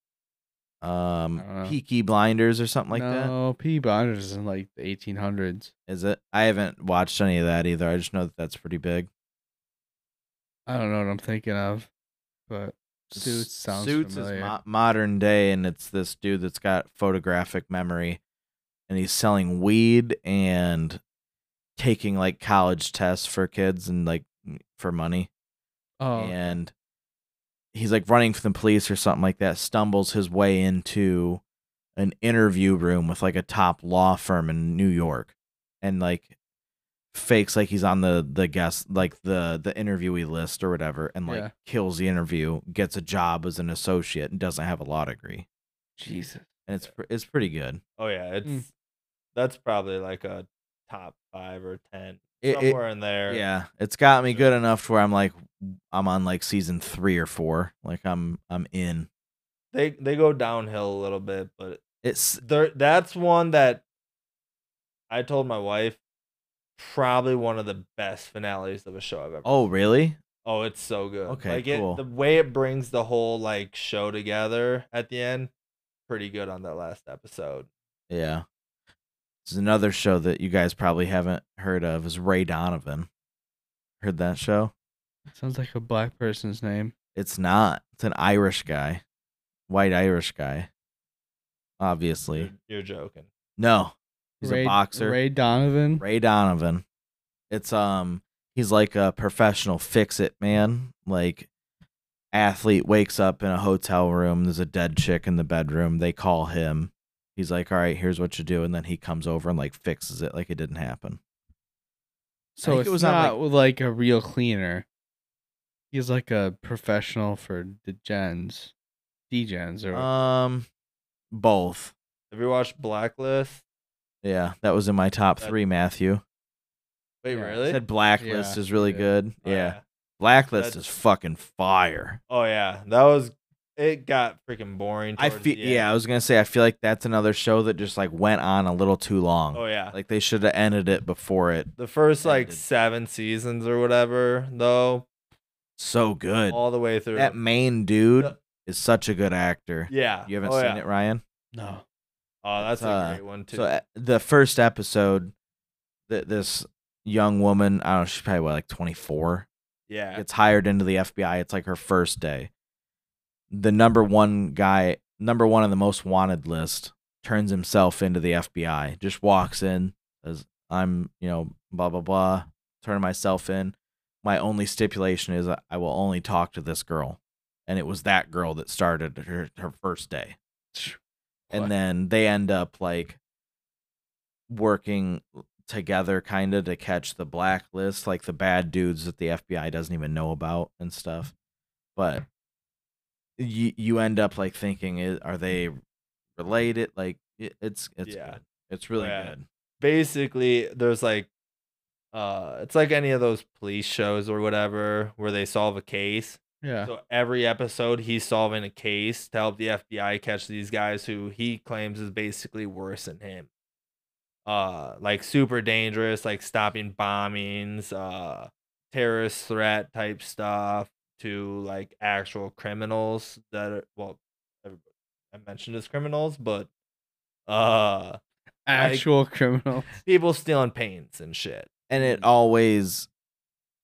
I don't
um
know.
peaky blinders or something like that
no, P. Binders is in like the eighteen hundreds.
Is it? I haven't watched any of that either. I just know that that's pretty big.
I don't know what I'm thinking of, but Suits
S-
sounds
Suits
familiar.
is mo- modern day, and it's this dude that's got photographic memory, and he's selling weed and taking like college tests for kids and like m- for money,
oh,
and he's like running from the police or something like that. Stumbles his way into an interview room with like a top law firm in New York, and like fakes like he's on the the guest like the the interviewee list or whatever and like
Yeah.
kills the interview gets a job as an associate and doesn't have a law degree
Jesus.
and it's pr- it's pretty good
Oh yeah,
Hmm.
it's
Mm.
that's probably like a top five or ten
It- it-
somewhere in there.
yeah it's got me good enough to where i'm like i'm on like season three or four like i'm i'm in
they they go downhill a little bit, but
it's
there that's one that I told my wife probably one of the best finales of a show I've ever.
oh really
Oh, it's so good.
Okay,
like it,
cool.
the way it brings the whole like show together at the end, pretty good on that last episode.
yeah there's another show that you guys probably haven't heard of is ray donovan heard that show
Sounds like a black person's name.
It's not. It's an Irish guy, white Irish guy.
You're,
Obviously,
you're joking.
no. He's
Ray-
a boxer, Ray.
Ray Donovan.
Donovan. It's um, he's like a professional fix-it man. Like, athlete wakes up in a hotel room. There's a dead chick in the bedroom. They call him. He's like, "All right, here's what you do," and then he comes over and like fixes it like it didn't happen.
so
think
it's
it was on,
not
like-
like, a real cleaner. He's like a professional for the gens, degens or
Um, both.
Have you watched Blacklist?
Yeah, that was in my top
That-
three. Matthew
Wait,
Yeah, it
really?
said Blacklist
Yeah,
is really
yeah.
good.
Oh,
yeah. Blacklist
That's-
is fucking fire.
Oh yeah, that was. It got freaking boring.
I
towards
feel
the
yeah.
end.
I was gonna say I feel like that's another show that just like went on a little too long.
Oh yeah.
Like they should have ended it before it.
the first like
ended.
seven seasons or whatever, though,
So good.
all the way through.
That main dude
Yeah.
is such a good actor.
yeah.
You haven't
oh,
seen
yeah.
it, Ryan?
no.
Oh, that's a
Uh,
great one too.
So uh, the first episode, that this young woman, I don't know, she's probably what, like twenty four.
yeah.
gets hired into the FBI. It's like her first day. The number one guy, number one on the most wanted list, turns himself into the FBI. Just walks in, says, "I'm, you know, blah blah blah." Turn myself in. My only stipulation is I I will only talk to this girl, and it was that girl that started her her first day and then they end up like working together kind of to catch the blacklist like the bad dudes that the FBI doesn't even know about and stuff but you you end up like thinking "I- are they related like it, it's it's
Yeah.
good. it's really
Yeah.
good
Basically, there's like, uh, it's like any of those police shows or whatever where they solve a case.
Yeah.
So every episode, he's solving a case to help the FBI catch these guys who he claims is basically worse than him. Uh, like super dangerous, like stopping bombings, uh, terrorist threat type stuff to like actual criminals that are well, everybody I mentioned as criminals, but uh,
Actual criminal.
people stealing paints and shit.
and
Mm-hmm.
it always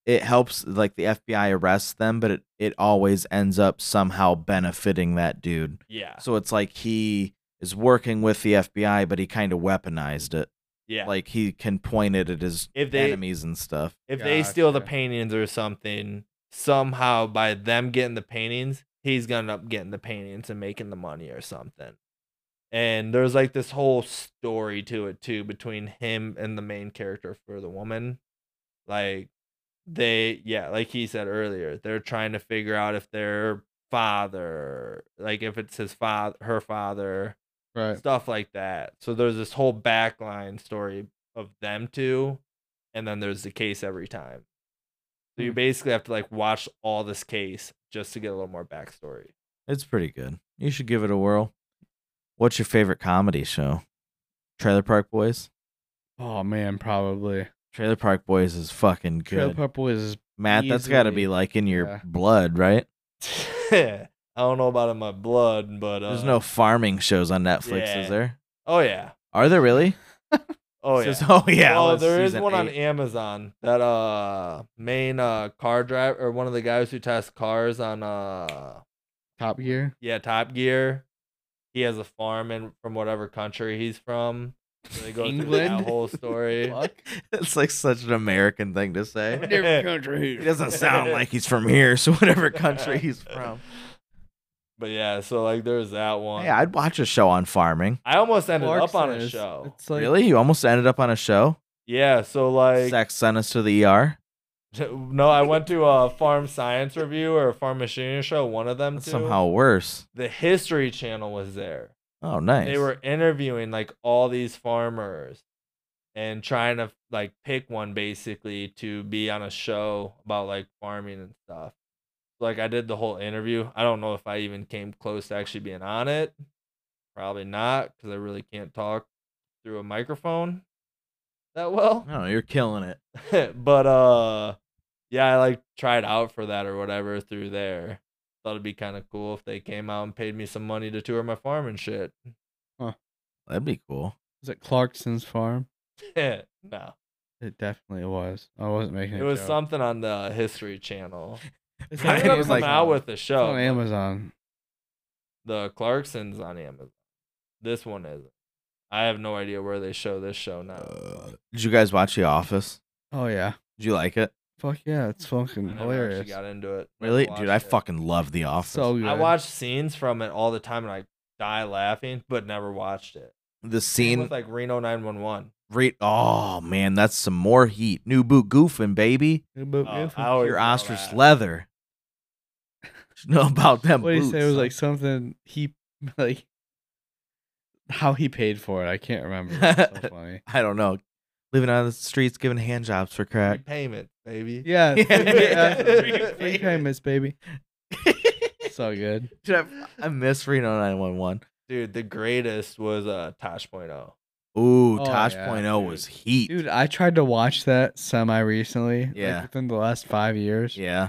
it helps like the FBI arrests them but it it always ends up somehow benefiting that dude
Yeah,
So it's like he is working with the FBI, but he kind of weaponized it.
yeah. Like
Like he can point it at his
if they
enemies and stuff.
if they steal the
Gotcha.
paintings or something, somehow by them getting the paintings, he's gonna end up getting the paintings and making the money or something. And there's like this whole story to it too between him and the main character for the woman. Like they yeah, like he said earlier, they're trying to figure out if their father like if it's his father her father
Right.
stuff like that. So there's this whole backline story of them two, and then there's the case every time. So you
Hmm.
basically have to like watch all this case just to get a little more backstory.
It's pretty good. You should give it a whirl. What's your favorite comedy show? Trailer Park Boys.
Oh man, probably.
Trailer Park Boys is fucking
Trailer
good.
Park Boys is
Matt, that's got to be
easily-
like in your
yeah.
blood, right?
I don't know about in my blood, but uh,
There's no farming shows on Netflix,
yeah.
is there?
Oh yeah.
Are there really?
Oh yeah.
Says- oh yeah.
well,
well,
there is
season
one on
eight.
Amazon that uh main uh car driver or one of the guys who tests cars on uh
Top Gear.
yeah, Top Gear. He has a farm in from whatever country he's from. So they go through that
England?
whole story.
It's like such an American thing to say.
Different
He doesn't sound like he's from here, so whatever country he's from.
But yeah, so like there's that one.
Yeah, I'd watch a show on farming.
I almost ended
Clark
up on a
says
show.
It's like
really? You almost ended up on a show?
Yeah, so like
Sex sent us to the ER.
no, I went to a farm science review or a farm machinery show, one of them
That's
two.
somehow worse.
the history channel was there.
Oh, nice.
They were interviewing like all these farmers and trying to like pick one basically to be on a show about like farming and stuff. Like I did the whole interview. I don't know if I even came close to actually being on it. Probably not because I really can't talk through a microphone that well.
No, you're killing it.
but uh yeah, I like tried out for that or whatever through there. Thought it'd be kind of cool if they came out and paid me some money to tour my farm and shit.
That'd be cool.
Was it Clarkson's farm?
no,
It definitely was. I wasn't making a
it was
joke.
something on the History Channel.
It's
I
on
ended up
Amazon.
coming out with the
It's
show.
on Amazon.
The Clarksons on Amazon. This one is. I have no idea where they show this show now.
Uh, did you guys watch The Office?
Oh yeah,
Did you like it?
fuck yeah, it's
I
fucking
never actually
hilarious.
got into it. Never
Really, dude?
watched
I
it.
fucking love The Office.
So good.
I watched scenes from it all the time and I die laughing, but never watched it.
the
Same
scene
with like Reno 911.
Re- oh man, that's some more heat. New boot goofing, baby.
But
Oh,
if-
I always
Your
know
ostrich
that.
leather. You know about them
what did he
boots.
say? It was like something he like how he paid for it. I can't remember. It's so funny.
I don't know. Living on the streets, giving hand jobs for crack.
Payment, baby.
Yeah,
Yeah.
yeah. free payments, baby. So good.
Dude, I, I miss Reno 911.
Dude, the greatest was uh Tosh.0.
Ooh,
Oh,
Tosh
yeah,
Point oh
dude.
was heat.
Dude, I tried to watch that semi recently.
Yeah.
Like within the last five years.
Yeah.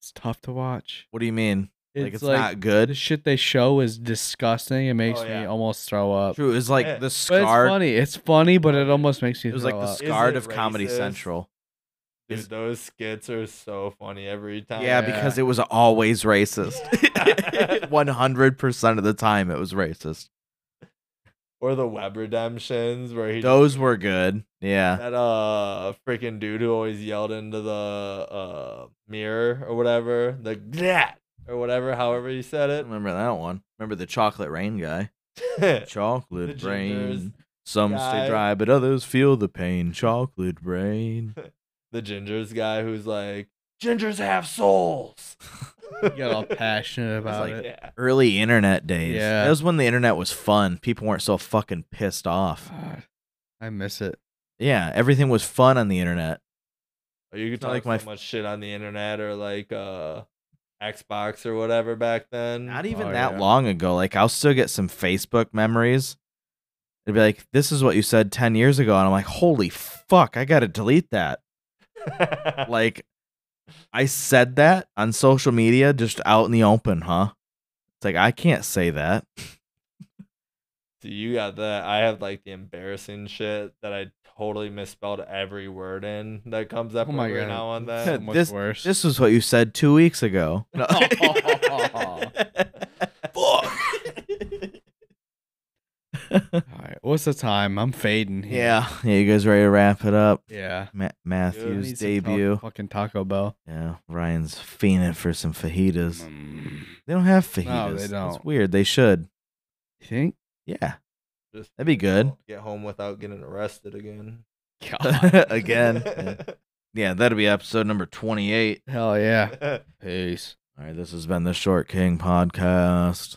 It's tough to watch.
What do you mean?
It's
like it's
like
not
the
good.
shit they show is disgusting. It makes
Oh, yeah.
me almost throw up.
True. It was like
Yeah.
the
But it's
scarred.
funny. It's funny, but it almost makes you
It was
throw
like the
up.
Is
scarred
it
of Comedy
racist?
Central.
Dude,
Is-
those skits are so funny every time.
Yeah.
Yeah, because it was always racist. One hundred percent of the time, it was racist.
Or the web redemptions where he
Those were good. Yeah,
that uh freaking dude who always yelled into the uh mirror or whatever, the that or whatever, however he
I
said
remember that one. Remember the chocolate rain guy.
it.
Chocolate
The
rain.
gingers
Some
guy.
stay dry, but others feel the pain. Chocolate rain.
the gingers guy who's like, Gingers have souls.
You get all passionate about it.
like-
yeah.
Early internet days.
Yeah.
that was when the internet was fun. People weren't so fucking pissed off.
God, I miss it.
Yeah, everything was fun on the internet.
Or you could
Not
talk
like
so
my f-
much shit on the internet or like uh Xbox or whatever back then.
Not even
Oh,
that
yeah.
long ago. Like I'll still get some Facebook memories. It'd be like, this is what you said ten years ago, and I'm like, holy fuck, I gotta delete that. Like, I said that on social media, just out in the open, huh? It's like I can't say that.
So you got that. I have like the embarrassing shit that I totally misspelled every word in that comes up
Oh my
every
god.
now and
it's
then.
so much
This-
worse.
This was what you said two weeks ago. No.
All right, what's the time? I'm fading. here.
yeah, yeah. You guys ready to wrap it up?
yeah.
Ma-
I
Matthew's
need some ta-
debut.
fucking Taco Bell.
Yeah, Ryan's fiending for some fajitas.
Mm.
They don't have fajitas.
No, they
It's
don't.
weird. They should.
You think?
Yeah.
Just
That'd be good.
Get home without getting arrested again.
Again. Yeah. Yeah, that'll be episode number 28.
Hell yeah. Peace.
All right, this has been the Short King podcast.